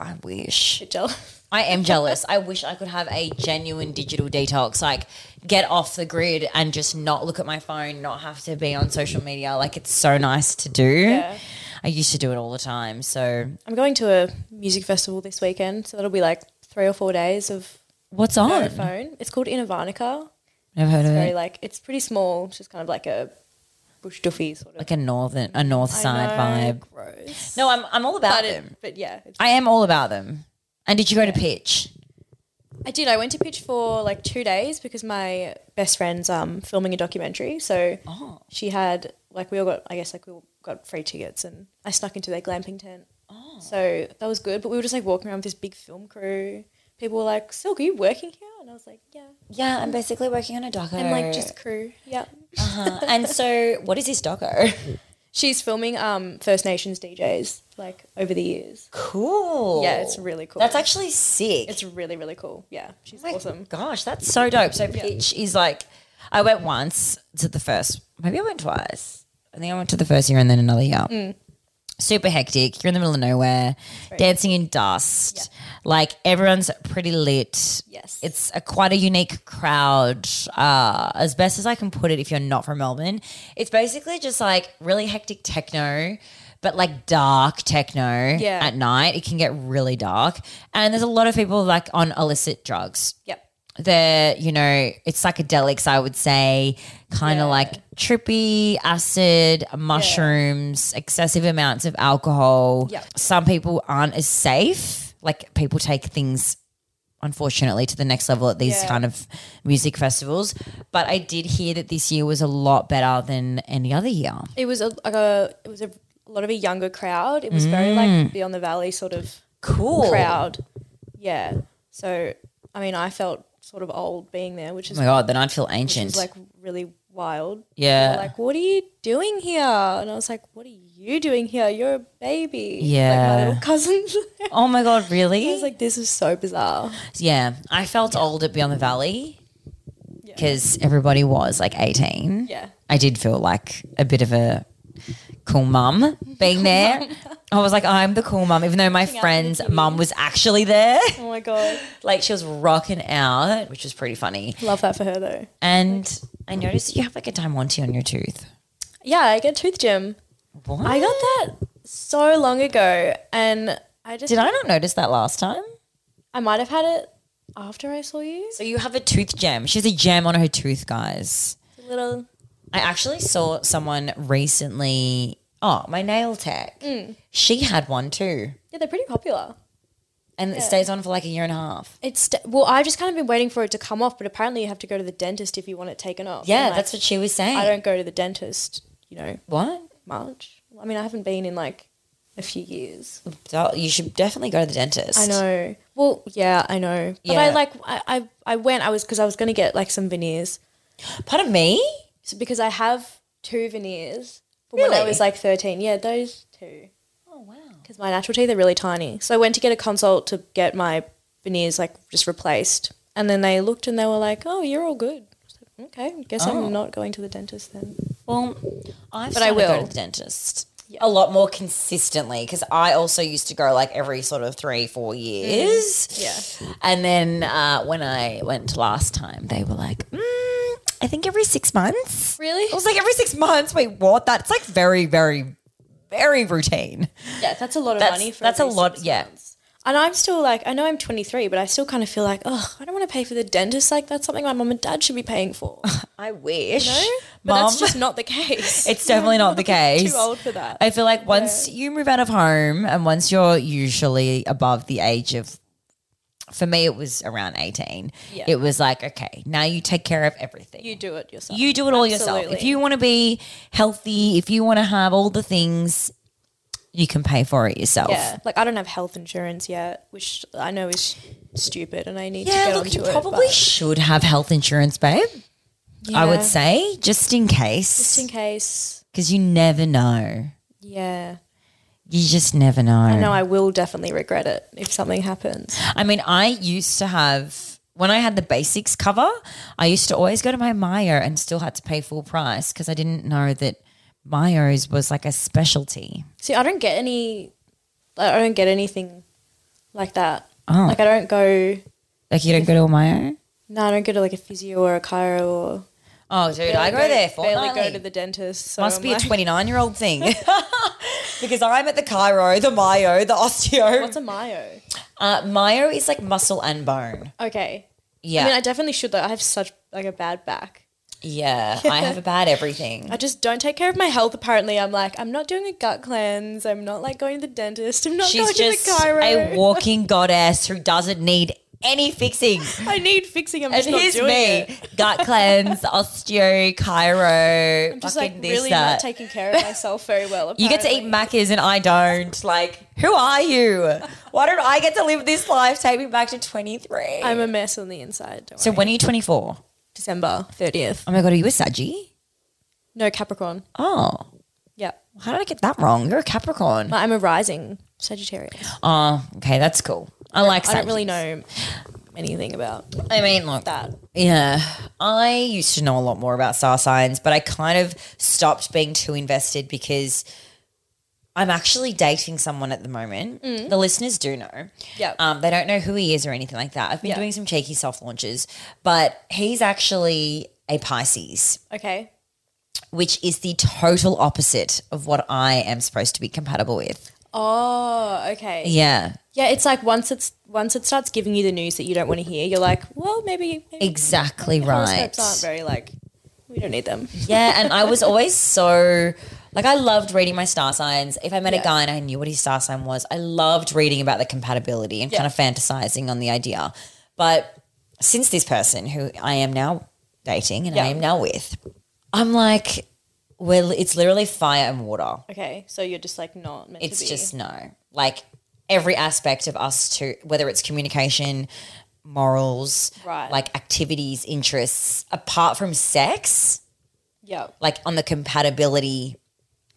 [SPEAKER 1] I wish.
[SPEAKER 5] Bit jealous.
[SPEAKER 1] I am jealous. I wish I could have a genuine digital detox, like get off the grid and just not look at my phone, not have to be on social media. Like it's so nice to do.
[SPEAKER 5] Yeah.
[SPEAKER 1] I used to do it all the time. So
[SPEAKER 5] I'm going to a music festival this weekend, so that'll be like three or four days of
[SPEAKER 1] what's
[SPEAKER 5] no
[SPEAKER 1] on?
[SPEAKER 5] phone. It's called Innovarnica.
[SPEAKER 1] Never heard of
[SPEAKER 5] Very
[SPEAKER 1] it.
[SPEAKER 5] like it's pretty small. It's just kind of like a bush doofy sort of
[SPEAKER 1] Like a northern, a north side
[SPEAKER 5] I know,
[SPEAKER 1] vibe.
[SPEAKER 5] Gross.
[SPEAKER 1] No, I'm I'm all about
[SPEAKER 5] but
[SPEAKER 1] them.
[SPEAKER 5] it, but yeah, it's
[SPEAKER 1] I am all about them. And did you go to pitch?
[SPEAKER 5] I did. I went to pitch for like two days because my best friend's um filming a documentary. So she had like we all got I guess like we all got free tickets and I snuck into their glamping tent. Oh. So that was good. But we were just like walking around with this big film crew. People were like, Silk, are you working here? And I was like, Yeah.
[SPEAKER 1] Yeah, I'm basically working on a doco. Uh-huh.
[SPEAKER 5] And like just crew. Yeah.
[SPEAKER 1] and so what is this doco?
[SPEAKER 5] She's filming um First Nations DJs like over the years.
[SPEAKER 1] Cool.
[SPEAKER 5] Yeah, it's really cool.
[SPEAKER 1] That's actually sick.
[SPEAKER 5] it's really, really cool. Yeah. She's
[SPEAKER 1] Oh my
[SPEAKER 5] awesome.
[SPEAKER 1] Gosh, that's so dope. So pitch is like I went once to the first maybe I went twice. I think I went to the first year and then another year.
[SPEAKER 5] Mm.
[SPEAKER 1] Super hectic. You're in the middle of nowhere, dancing in dust. Like everyone's pretty lit.
[SPEAKER 5] Yes.
[SPEAKER 1] It's a quite a unique crowd. Uh, as best as I can put it, if you're not from Melbourne, it's basically just like really hectic techno, but like dark techno
[SPEAKER 5] Yeah.
[SPEAKER 1] at night. It can get really dark, and there's a lot of people like on illicit drugs.
[SPEAKER 5] Yep.
[SPEAKER 1] They're you know it's psychedelics. I would say kind of
[SPEAKER 5] Yeah.
[SPEAKER 1] like trippy acid, mushrooms, excessive amounts of alcohol.
[SPEAKER 5] Yeah.
[SPEAKER 1] Some people aren't as safe. Like people take things unfortunately to the next level at these
[SPEAKER 5] Yeah.
[SPEAKER 1] kind of music festivals but i did hear that this year was a lot better than any other year
[SPEAKER 5] It was a like a it was a, a lot of a younger crowd. It was very like
[SPEAKER 1] Oh
[SPEAKER 5] beyond the valley sort of
[SPEAKER 1] cool
[SPEAKER 5] crowd. Yeah. So I mean, I felt sort of old being there, which
[SPEAKER 1] Oh
[SPEAKER 5] is
[SPEAKER 1] my god, then I'd feel
[SPEAKER 5] which is,
[SPEAKER 1] ancient.
[SPEAKER 5] like really wild. They were
[SPEAKER 1] yeah.
[SPEAKER 5] Like, what are you doing here? And I was like, what are you doing here? You're a baby. Like
[SPEAKER 1] Yeah.
[SPEAKER 5] my little cousin.
[SPEAKER 1] oh my god, really?
[SPEAKER 5] I was like, this is so bizarre.
[SPEAKER 1] yeah, I felt old at Beyond the Valley because everybody was like eighteen.
[SPEAKER 5] Yeah.
[SPEAKER 1] I did feel like a bit of a cool mum being there. I was like, I'm the cool mum, even though my friend's mum was actually there.
[SPEAKER 5] Oh my God.
[SPEAKER 1] like she was rocking out, which was pretty funny.
[SPEAKER 5] Love that for her though.
[SPEAKER 1] And I noticed you have like a diamante on your tooth.
[SPEAKER 5] Yeah, I get tooth gym.
[SPEAKER 1] What?
[SPEAKER 5] I got that so long ago and I just,
[SPEAKER 1] Did I not notice that last time?
[SPEAKER 5] I might have had it after I saw you.
[SPEAKER 1] So you have a tooth gem. She has a gem on her tooth, guys.
[SPEAKER 5] It's a little,
[SPEAKER 1] I actually saw someone recently. Oh, my nail tech.
[SPEAKER 5] Mm.
[SPEAKER 1] She had one too,
[SPEAKER 5] yeah, they're pretty popular.
[SPEAKER 1] and it stays on for like a year and a half.
[SPEAKER 5] It's well, I've just kind of been waiting for it to come off, but apparently you have to go to the dentist if you want it taken off.
[SPEAKER 1] Yeah,
[SPEAKER 5] And, like,
[SPEAKER 1] that's what she was saying.
[SPEAKER 5] I don't go to the dentist, you know,
[SPEAKER 1] what?
[SPEAKER 5] much. I mean, I haven't been in like a few years.
[SPEAKER 1] So You should definitely go to the dentist.
[SPEAKER 5] I know. Well, yeah, I know. But I
[SPEAKER 1] Yeah.
[SPEAKER 5] like I I, I went. I was because I was gonna get like some veneers
[SPEAKER 1] Pardon me.
[SPEAKER 5] so, because I have two veneers from when I
[SPEAKER 1] Really?
[SPEAKER 5] was like thirteen. Yeah, those two.
[SPEAKER 1] Oh wow.
[SPEAKER 5] Because my natural teeth are really tiny, so I went to get a consult to get my veneers like just replaced, and then they looked and they were like, "Oh, you're all good." I was like, Okay, guess
[SPEAKER 1] Oh.
[SPEAKER 5] I'm not going to the dentist then.
[SPEAKER 1] Well, I
[SPEAKER 5] But I
[SPEAKER 1] started to go
[SPEAKER 5] will.
[SPEAKER 1] to the dentist a lot more consistently because I also used to go like every sort of three four years.
[SPEAKER 5] Yeah.
[SPEAKER 1] and then uh, when I went last time, they were like, mm, I think every six months.
[SPEAKER 5] Really?
[SPEAKER 1] I was like, every six months. Wait, what? That's like very very very routine.
[SPEAKER 5] Yeah, that's a lot of
[SPEAKER 1] That's
[SPEAKER 5] money. For
[SPEAKER 1] that's a
[SPEAKER 5] every
[SPEAKER 1] lot.
[SPEAKER 5] six
[SPEAKER 1] Yeah.
[SPEAKER 5] And I'm still like, I know I'm 23, but I still kind of feel like, oh, I don't want to pay for the dentist. Like, that's something my mum and dad should be paying for.
[SPEAKER 1] I wish.
[SPEAKER 5] No? But
[SPEAKER 1] Mom,
[SPEAKER 5] that's just not the case.
[SPEAKER 1] it's definitely not the case.
[SPEAKER 5] too old for that.
[SPEAKER 1] I feel like once you move out of home and once you're usually above the age of, for me, it was around 18.
[SPEAKER 5] Yeah.
[SPEAKER 1] It was like, okay, now you take care of everything.
[SPEAKER 5] you do it yourself.
[SPEAKER 1] You do it all yourself. If
[SPEAKER 5] Absolutely.
[SPEAKER 1] you want to be healthy, if you want to have all the things, you can pay for it yourself.
[SPEAKER 5] yeah. Like, I don't have health insurance yet, which I know is stupid and I need to
[SPEAKER 1] Yeah,
[SPEAKER 5] get
[SPEAKER 1] look,
[SPEAKER 5] onto
[SPEAKER 1] you
[SPEAKER 5] it.
[SPEAKER 1] probably
[SPEAKER 5] but-
[SPEAKER 1] should have health insurance, babe. I
[SPEAKER 5] Yeah.
[SPEAKER 1] would say, just in
[SPEAKER 5] Just in
[SPEAKER 1] case,
[SPEAKER 5] case.
[SPEAKER 1] because you never know.
[SPEAKER 5] Yeah.
[SPEAKER 1] You just never know.
[SPEAKER 5] I know I will definitely regret it if something happens.
[SPEAKER 1] I mean, I used to have when I had the basics cover, I used to always go to my Myo and still had to pay full price because I didn't know that Myo's was like a specialty.
[SPEAKER 5] See, I don't get any, I don't get anything like that.
[SPEAKER 1] Oh.
[SPEAKER 5] Like, I don't go
[SPEAKER 1] Like you don't go to a Myo?
[SPEAKER 5] No, I don't go to like a physio or a chiro or.
[SPEAKER 1] Oh, dude, I go there fortnightly.
[SPEAKER 5] Barely go to the dentist. So
[SPEAKER 1] Must
[SPEAKER 5] I'm
[SPEAKER 1] be a
[SPEAKER 5] like-
[SPEAKER 1] 29 year old thing. because I'm at the Cairo, the Myo, the osteo.
[SPEAKER 5] What's a myo?
[SPEAKER 1] Uh, Myo is like muscle and bone.
[SPEAKER 5] Okay.
[SPEAKER 1] Yeah.
[SPEAKER 5] I mean, I definitely should though. I have such like a bad back.
[SPEAKER 1] yeah. I have a bad everything.
[SPEAKER 5] I just don't take care of my health. Apparently, I'm like I'm not doing a gut cleanse. I'm not like going to the dentist. I'm not
[SPEAKER 1] She's
[SPEAKER 5] going
[SPEAKER 1] just
[SPEAKER 5] to the chiro.
[SPEAKER 1] a walking goddess who doesn't need any fixing.
[SPEAKER 5] I need fixing. I'm
[SPEAKER 1] And
[SPEAKER 5] just not
[SPEAKER 1] here's
[SPEAKER 5] doing
[SPEAKER 1] me,
[SPEAKER 5] it.
[SPEAKER 1] gut cleanse, osteo, chiro,
[SPEAKER 5] I'm just like
[SPEAKER 1] fucking this,
[SPEAKER 5] really not
[SPEAKER 1] that.
[SPEAKER 5] taking care of myself very well. Apparently.
[SPEAKER 1] you get to eat macas and I don't. Like, who are you? Why don't I get to live this life? Take me back to 23.
[SPEAKER 5] I'm a mess on the inside. Don't
[SPEAKER 1] so
[SPEAKER 5] worry.
[SPEAKER 1] when are you 24?
[SPEAKER 5] December 30th.
[SPEAKER 1] Oh my God, are you a Saggy?
[SPEAKER 5] No Capricorn.
[SPEAKER 1] Oh,
[SPEAKER 5] Yeah,
[SPEAKER 1] how did I get that wrong? You're a Capricorn.
[SPEAKER 5] I'm a rising Sagittarius.
[SPEAKER 1] Oh, okay, that's cool. I like
[SPEAKER 5] I don't really
[SPEAKER 1] Saggies.
[SPEAKER 5] know anything about
[SPEAKER 1] I mean, like
[SPEAKER 5] that.
[SPEAKER 1] Yeah. I used to know a lot more about star signs, but I kind of stopped being too invested because I'm actually dating someone at the moment. The listeners do know.
[SPEAKER 5] Mm. Yep.
[SPEAKER 1] Um, they don't know who he is or anything like that. I've been
[SPEAKER 5] Yep.
[SPEAKER 1] doing some cheeky soft launches, but he's actually a Pisces,
[SPEAKER 5] Okay.
[SPEAKER 1] which is the total opposite of what I am supposed to be compatible with.
[SPEAKER 5] Oh, okay. Yeah.
[SPEAKER 1] Yeah.
[SPEAKER 5] it's like once it's once it starts giving you the news that you don't want to hear, you're like, well, maybe, maybe
[SPEAKER 1] Exactly right.
[SPEAKER 5] horoscopes aren't very like we don't need them.
[SPEAKER 1] Yeah, and I was always so like I loved reading my star signs. If I met a
[SPEAKER 5] Yeah.
[SPEAKER 1] guy and I knew what his star sign was, I loved reading about the compatibility and kind of fantasizing on the idea. But since this person who I am now dating and I
[SPEAKER 5] Yeah.
[SPEAKER 1] am now with, I'm like, well, it's literally fire and water.
[SPEAKER 5] Okay, so you're just like not meant
[SPEAKER 1] It's
[SPEAKER 5] to be.
[SPEAKER 1] just no. Like every aspect of us to whether it's communication, morals,
[SPEAKER 5] Right.
[SPEAKER 1] like activities, interests apart from sex,
[SPEAKER 5] Yeah.
[SPEAKER 1] like on the compatibility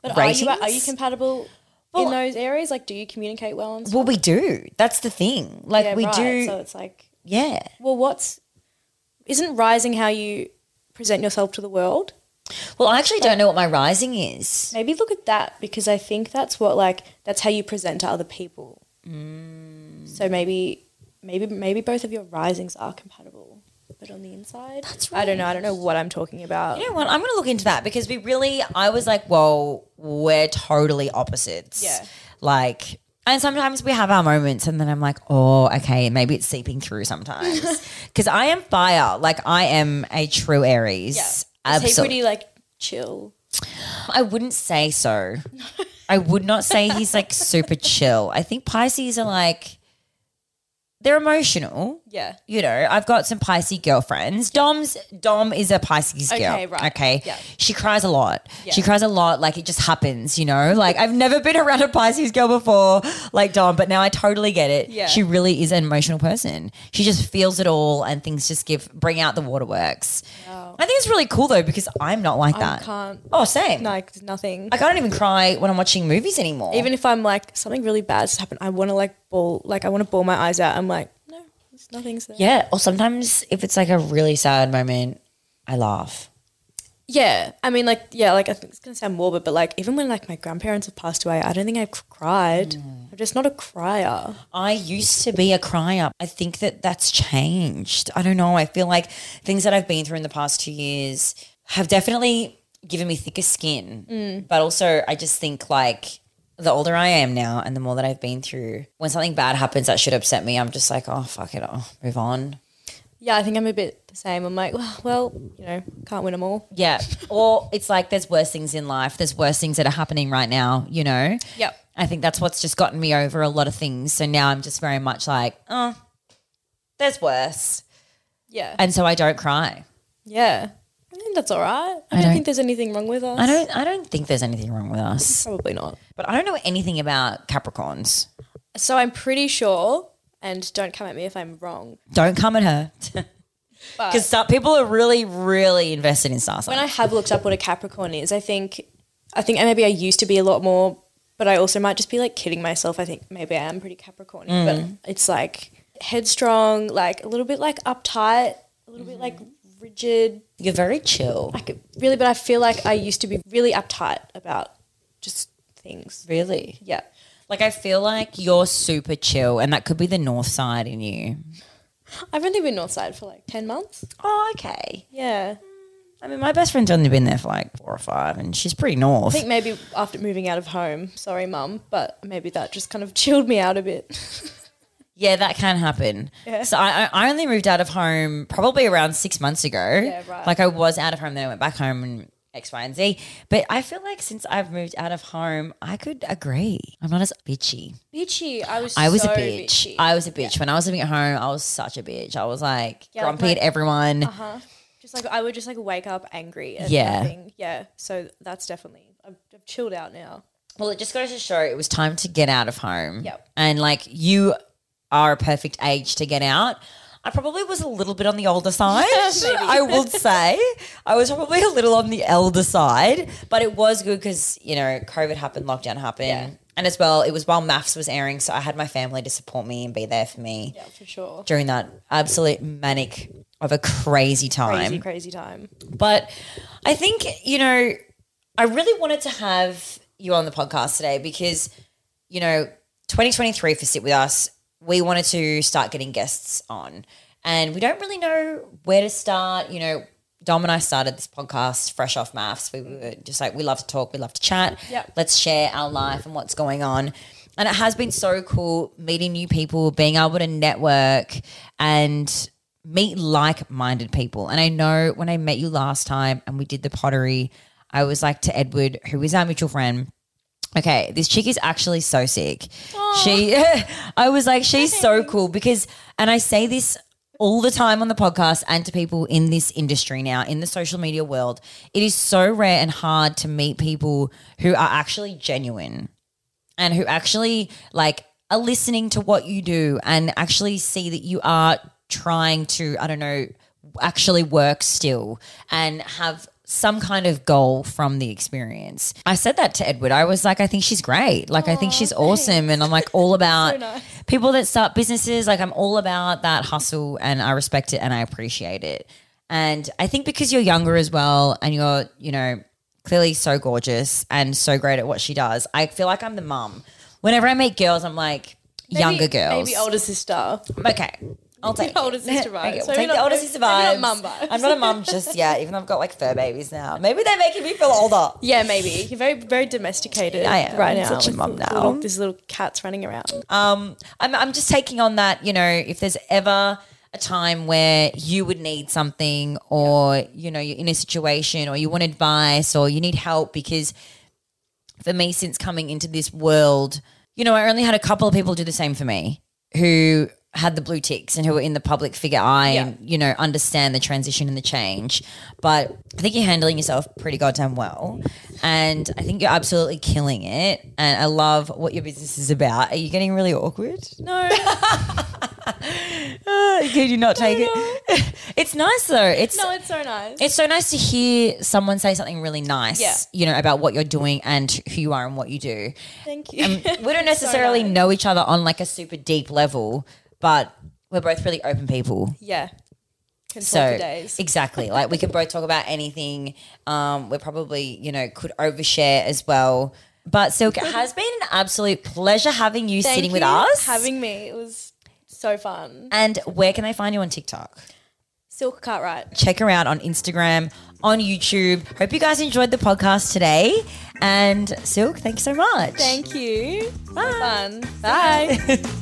[SPEAKER 5] But are
[SPEAKER 1] ratings.
[SPEAKER 5] you, are you compatible
[SPEAKER 1] Well-
[SPEAKER 5] in those areas? Like, do you communicate well and stuff?
[SPEAKER 1] well, we do. That's the thing. Like
[SPEAKER 5] Yeah,
[SPEAKER 1] we
[SPEAKER 5] right.
[SPEAKER 1] do.
[SPEAKER 5] So it's like,
[SPEAKER 1] yeah.
[SPEAKER 5] well, what's isn't rising how you present yourself to the world?
[SPEAKER 1] Well, I actually don't know what my rising is.
[SPEAKER 5] Maybe look at that because I think that's what like that's how you present to other people.
[SPEAKER 1] Mm.
[SPEAKER 5] So maybe, maybe, maybe both of your risings are compatible, but on the inside, that's right. I don't know. I don't know what I'm talking about.
[SPEAKER 1] You know what? I'm going to look into that because we really, I was like, whoa, we're totally opposites.
[SPEAKER 5] Yeah.
[SPEAKER 1] Like, and sometimes we have our moments, and then I'm like, oh, okay, maybe it's seeping through sometimes. Because I am fire. Like, I am a true Aries.
[SPEAKER 5] Is he
[SPEAKER 1] Absolutely.
[SPEAKER 5] pretty like chill?
[SPEAKER 1] I wouldn't say so. I would not say he's like super chill. I think Pisces are like, they're emotional.
[SPEAKER 5] Yeah.
[SPEAKER 1] you know, I've got some Pisces girlfriends. Dom's Dom is a Pisces girl.
[SPEAKER 5] Okay, right.
[SPEAKER 1] Okay.
[SPEAKER 5] Yeah.
[SPEAKER 1] She cries a lot. She cries a lot. Like it just happens, you know? Like I've never been around a Pisces girl before, like Dom, but now I totally get it.
[SPEAKER 5] Yeah.
[SPEAKER 1] She really is an emotional person. She just feels it all and things just give bring out the waterworks. I think it's really cool though, because I'm not like that.
[SPEAKER 5] Oh. can't-
[SPEAKER 1] Oh, same.
[SPEAKER 5] Like nothing.
[SPEAKER 1] Like I don't even cry when I'm watching movies anymore.
[SPEAKER 5] Even if I'm like something really bad's happened, I want to like ball, like I want to ball my eyes out. I'm like, no, it's nothing's there.
[SPEAKER 1] yeah. Or sometimes if it's like a really sad moment, I laugh.
[SPEAKER 5] Yeah, I mean, like, yeah, like I think it's gonna sound morbid, but like even when like my grandparents have passed away, I don't think I've c- cried. I'm just not a crier.
[SPEAKER 1] I used to be a crier. I think that that's changed. I don't know. I feel like things that I've been through in the past two years have definitely given me thicker skin. But also, I just think like the older I am now and the more that I've been through, when something bad happens that should upset me, I'm just like, oh, fuck it. Oh, move on.
[SPEAKER 5] Yeah, I think I'm a bit the same. I'm like, well, well you know, can't win them all.
[SPEAKER 1] Yeah. or it's like there's worse things in life. There's worse things that are happening right now, you know?
[SPEAKER 5] Yep.
[SPEAKER 1] I think that's what's just gotten me over a lot of things. So now I'm just very much like, oh, there's worse.
[SPEAKER 5] Yeah,
[SPEAKER 1] And so I don't cry.
[SPEAKER 5] yeah. I think that's all right. I, don't,
[SPEAKER 1] don't-
[SPEAKER 5] think there's anything wrong with us.
[SPEAKER 1] I don't I don't think there's anything wrong with us.
[SPEAKER 5] Probably not.
[SPEAKER 1] But I don't know anything about Capricorns.
[SPEAKER 5] So I'm pretty sure, and don't come at me if I'm wrong.
[SPEAKER 1] Don't come at her.
[SPEAKER 5] But-
[SPEAKER 1] Because people are really, really invested in star
[SPEAKER 5] when
[SPEAKER 1] signs.
[SPEAKER 5] I have looked up what a Capricorn is, I think I think maybe I used to be a lot more, but I also might just be like kidding myself. I think maybe I am pretty Capricorn,
[SPEAKER 1] Mm.
[SPEAKER 5] but it's like headstrong, like a little bit like uptight, a little
[SPEAKER 1] Mm-hmm.
[SPEAKER 5] bit like rigid.
[SPEAKER 1] You're very chill.
[SPEAKER 5] Like it- really, but I feel like I used to be really uptight about just things.
[SPEAKER 1] Really?
[SPEAKER 5] Yeah.
[SPEAKER 1] Like I feel like you're super chill and that could be the north side in you.
[SPEAKER 5] I've only been Northside for like 10 months.
[SPEAKER 1] Oh, okay.
[SPEAKER 5] Yeah.
[SPEAKER 1] I mean my best friend's only been there for like four or five and she's pretty north.
[SPEAKER 5] I think maybe after moving out of home, sorry, mum, but maybe that just kind of chilled me out a bit.
[SPEAKER 1] Yeah, that can happen. So I, I- I only moved out of home probably around six months ago.
[SPEAKER 5] Yeah, right.
[SPEAKER 1] Like I was out of home, then I went back home and X, Y, and Z. But I feel like since I've moved out of home, I could agree. I'm not as bitchy.
[SPEAKER 5] bitchy. I was
[SPEAKER 1] I was
[SPEAKER 5] so
[SPEAKER 1] a bitch.
[SPEAKER 5] bitchy.
[SPEAKER 1] I was a bitch. When I was living at home, I was such a bitch. I was like
[SPEAKER 5] Yeah, like uh-huh.
[SPEAKER 1] grumpy at
[SPEAKER 5] my-
[SPEAKER 1] everyone.
[SPEAKER 5] just like I would just like wake up angry. At
[SPEAKER 1] Yeah.
[SPEAKER 5] yeah. Yeah. So that's definitely I've, I've chilled out now.
[SPEAKER 1] Well, it just goes to show it was time to get out of home.
[SPEAKER 5] Yep.
[SPEAKER 1] And like you are a perfect age to get out. I probably was a little bit on the older side. I would say I was probably a little on the elder side, but it was good because you know COVID happened, lockdown happened, and as well it was while maths was airing, so I had my family to support me and be there for me
[SPEAKER 5] Yeah, for sure.
[SPEAKER 1] during that absolute manic of a crazy time
[SPEAKER 5] Crazy, crazy time.
[SPEAKER 1] but I think you know I really wanted to have you on the podcast today because you know 2023 for sit with us we wanted to start getting guests on and we don't really know where to start you know Dom and I started this podcast fresh off maths we were just like we love to talk we love to chat
[SPEAKER 5] Yep.
[SPEAKER 1] let's share our life and what's going on and it has been so cool meeting new people being able to network and meet like-minded people. And I know when I met you last time and we did the pottery, I was like to Edward, who is our mutual friend, okay, this chick is actually so sick. She I was like she's so cool because and I say this all the time on the podcast and to people in this industry now in the social media world, it is so rare and hard to meet people who are actually genuine and who actually like are listening to what you do and actually see that you are trying to, I don't know, actually work still and have some kind of goal from the experience. I said that to Edward. I was like, I think she's great. Like, I think she's awesome. And I'm like, all about people that start businesses. Like, I'm all about that hustle and I respect it and I appreciate it. And I think because you're younger as well and you're, you know, clearly so gorgeous and so great at what she does, I feel like I'm the mum. Whenever I meet girls, I'm like, younger girls.
[SPEAKER 5] Maybe older sister.
[SPEAKER 1] Okay. I'll take it.
[SPEAKER 5] Older sister vibes.
[SPEAKER 1] Okay, we'll
[SPEAKER 5] Maybe
[SPEAKER 1] take the
[SPEAKER 5] not-
[SPEAKER 1] older
[SPEAKER 5] maybe-
[SPEAKER 1] sister
[SPEAKER 5] maybe
[SPEAKER 1] vibes.
[SPEAKER 5] not mum vibes.
[SPEAKER 1] I'm not a mum just yet, even though I've got like fur babies now. Maybe they're making me feel older.
[SPEAKER 5] Yeah, maybe. You're very, very domesticated
[SPEAKER 1] I am.
[SPEAKER 5] right
[SPEAKER 1] I'm
[SPEAKER 5] now.
[SPEAKER 1] such a
[SPEAKER 5] with
[SPEAKER 1] mum now.
[SPEAKER 5] Little, these little cats running around.
[SPEAKER 1] Um, I'm, I'm just taking on that, you know, if there's ever a time where you would need something or, you know, you're in a situation or you want advice or you need help because for me, since coming into this world, you know, I only had a couple of people do the same for me who had the blue ticks and who were in the public figure eye and, you know, understand the transition and the change. But I think you're handling yourself pretty goddamn well. And I think you're absolutely killing it. And I love what your business is about. Are you getting really awkward?
[SPEAKER 5] No,
[SPEAKER 1] Could you not take it? it's nice though. It's
[SPEAKER 5] no, it's so nice.
[SPEAKER 1] it's so nice to hear someone say something really nice,
[SPEAKER 5] Yeah.
[SPEAKER 1] you know, about what you're doing and who you are and what you do.
[SPEAKER 5] Thank
[SPEAKER 1] um,
[SPEAKER 5] you.
[SPEAKER 1] We don't necessarily
[SPEAKER 5] nice.
[SPEAKER 1] know each other on like a super deep level, but we're both really open people.
[SPEAKER 5] yeah. Can talk
[SPEAKER 1] So
[SPEAKER 5] for days.
[SPEAKER 1] exactly, like we could both talk about anything. Um, we probably, you know, could overshare as well. But Silk, it has been an absolute pleasure having you
[SPEAKER 5] Thank
[SPEAKER 1] sitting with
[SPEAKER 5] you
[SPEAKER 1] us.
[SPEAKER 5] for Having me. It was so fun.
[SPEAKER 1] and where can they find you on TikTok?
[SPEAKER 5] Silk Cartwright.
[SPEAKER 1] check her out on Instagram, on YouTube. Hope you guys enjoyed the podcast today. And Silk, thanks so much.
[SPEAKER 5] Thank you.
[SPEAKER 1] Bye.
[SPEAKER 5] Fun. Bye.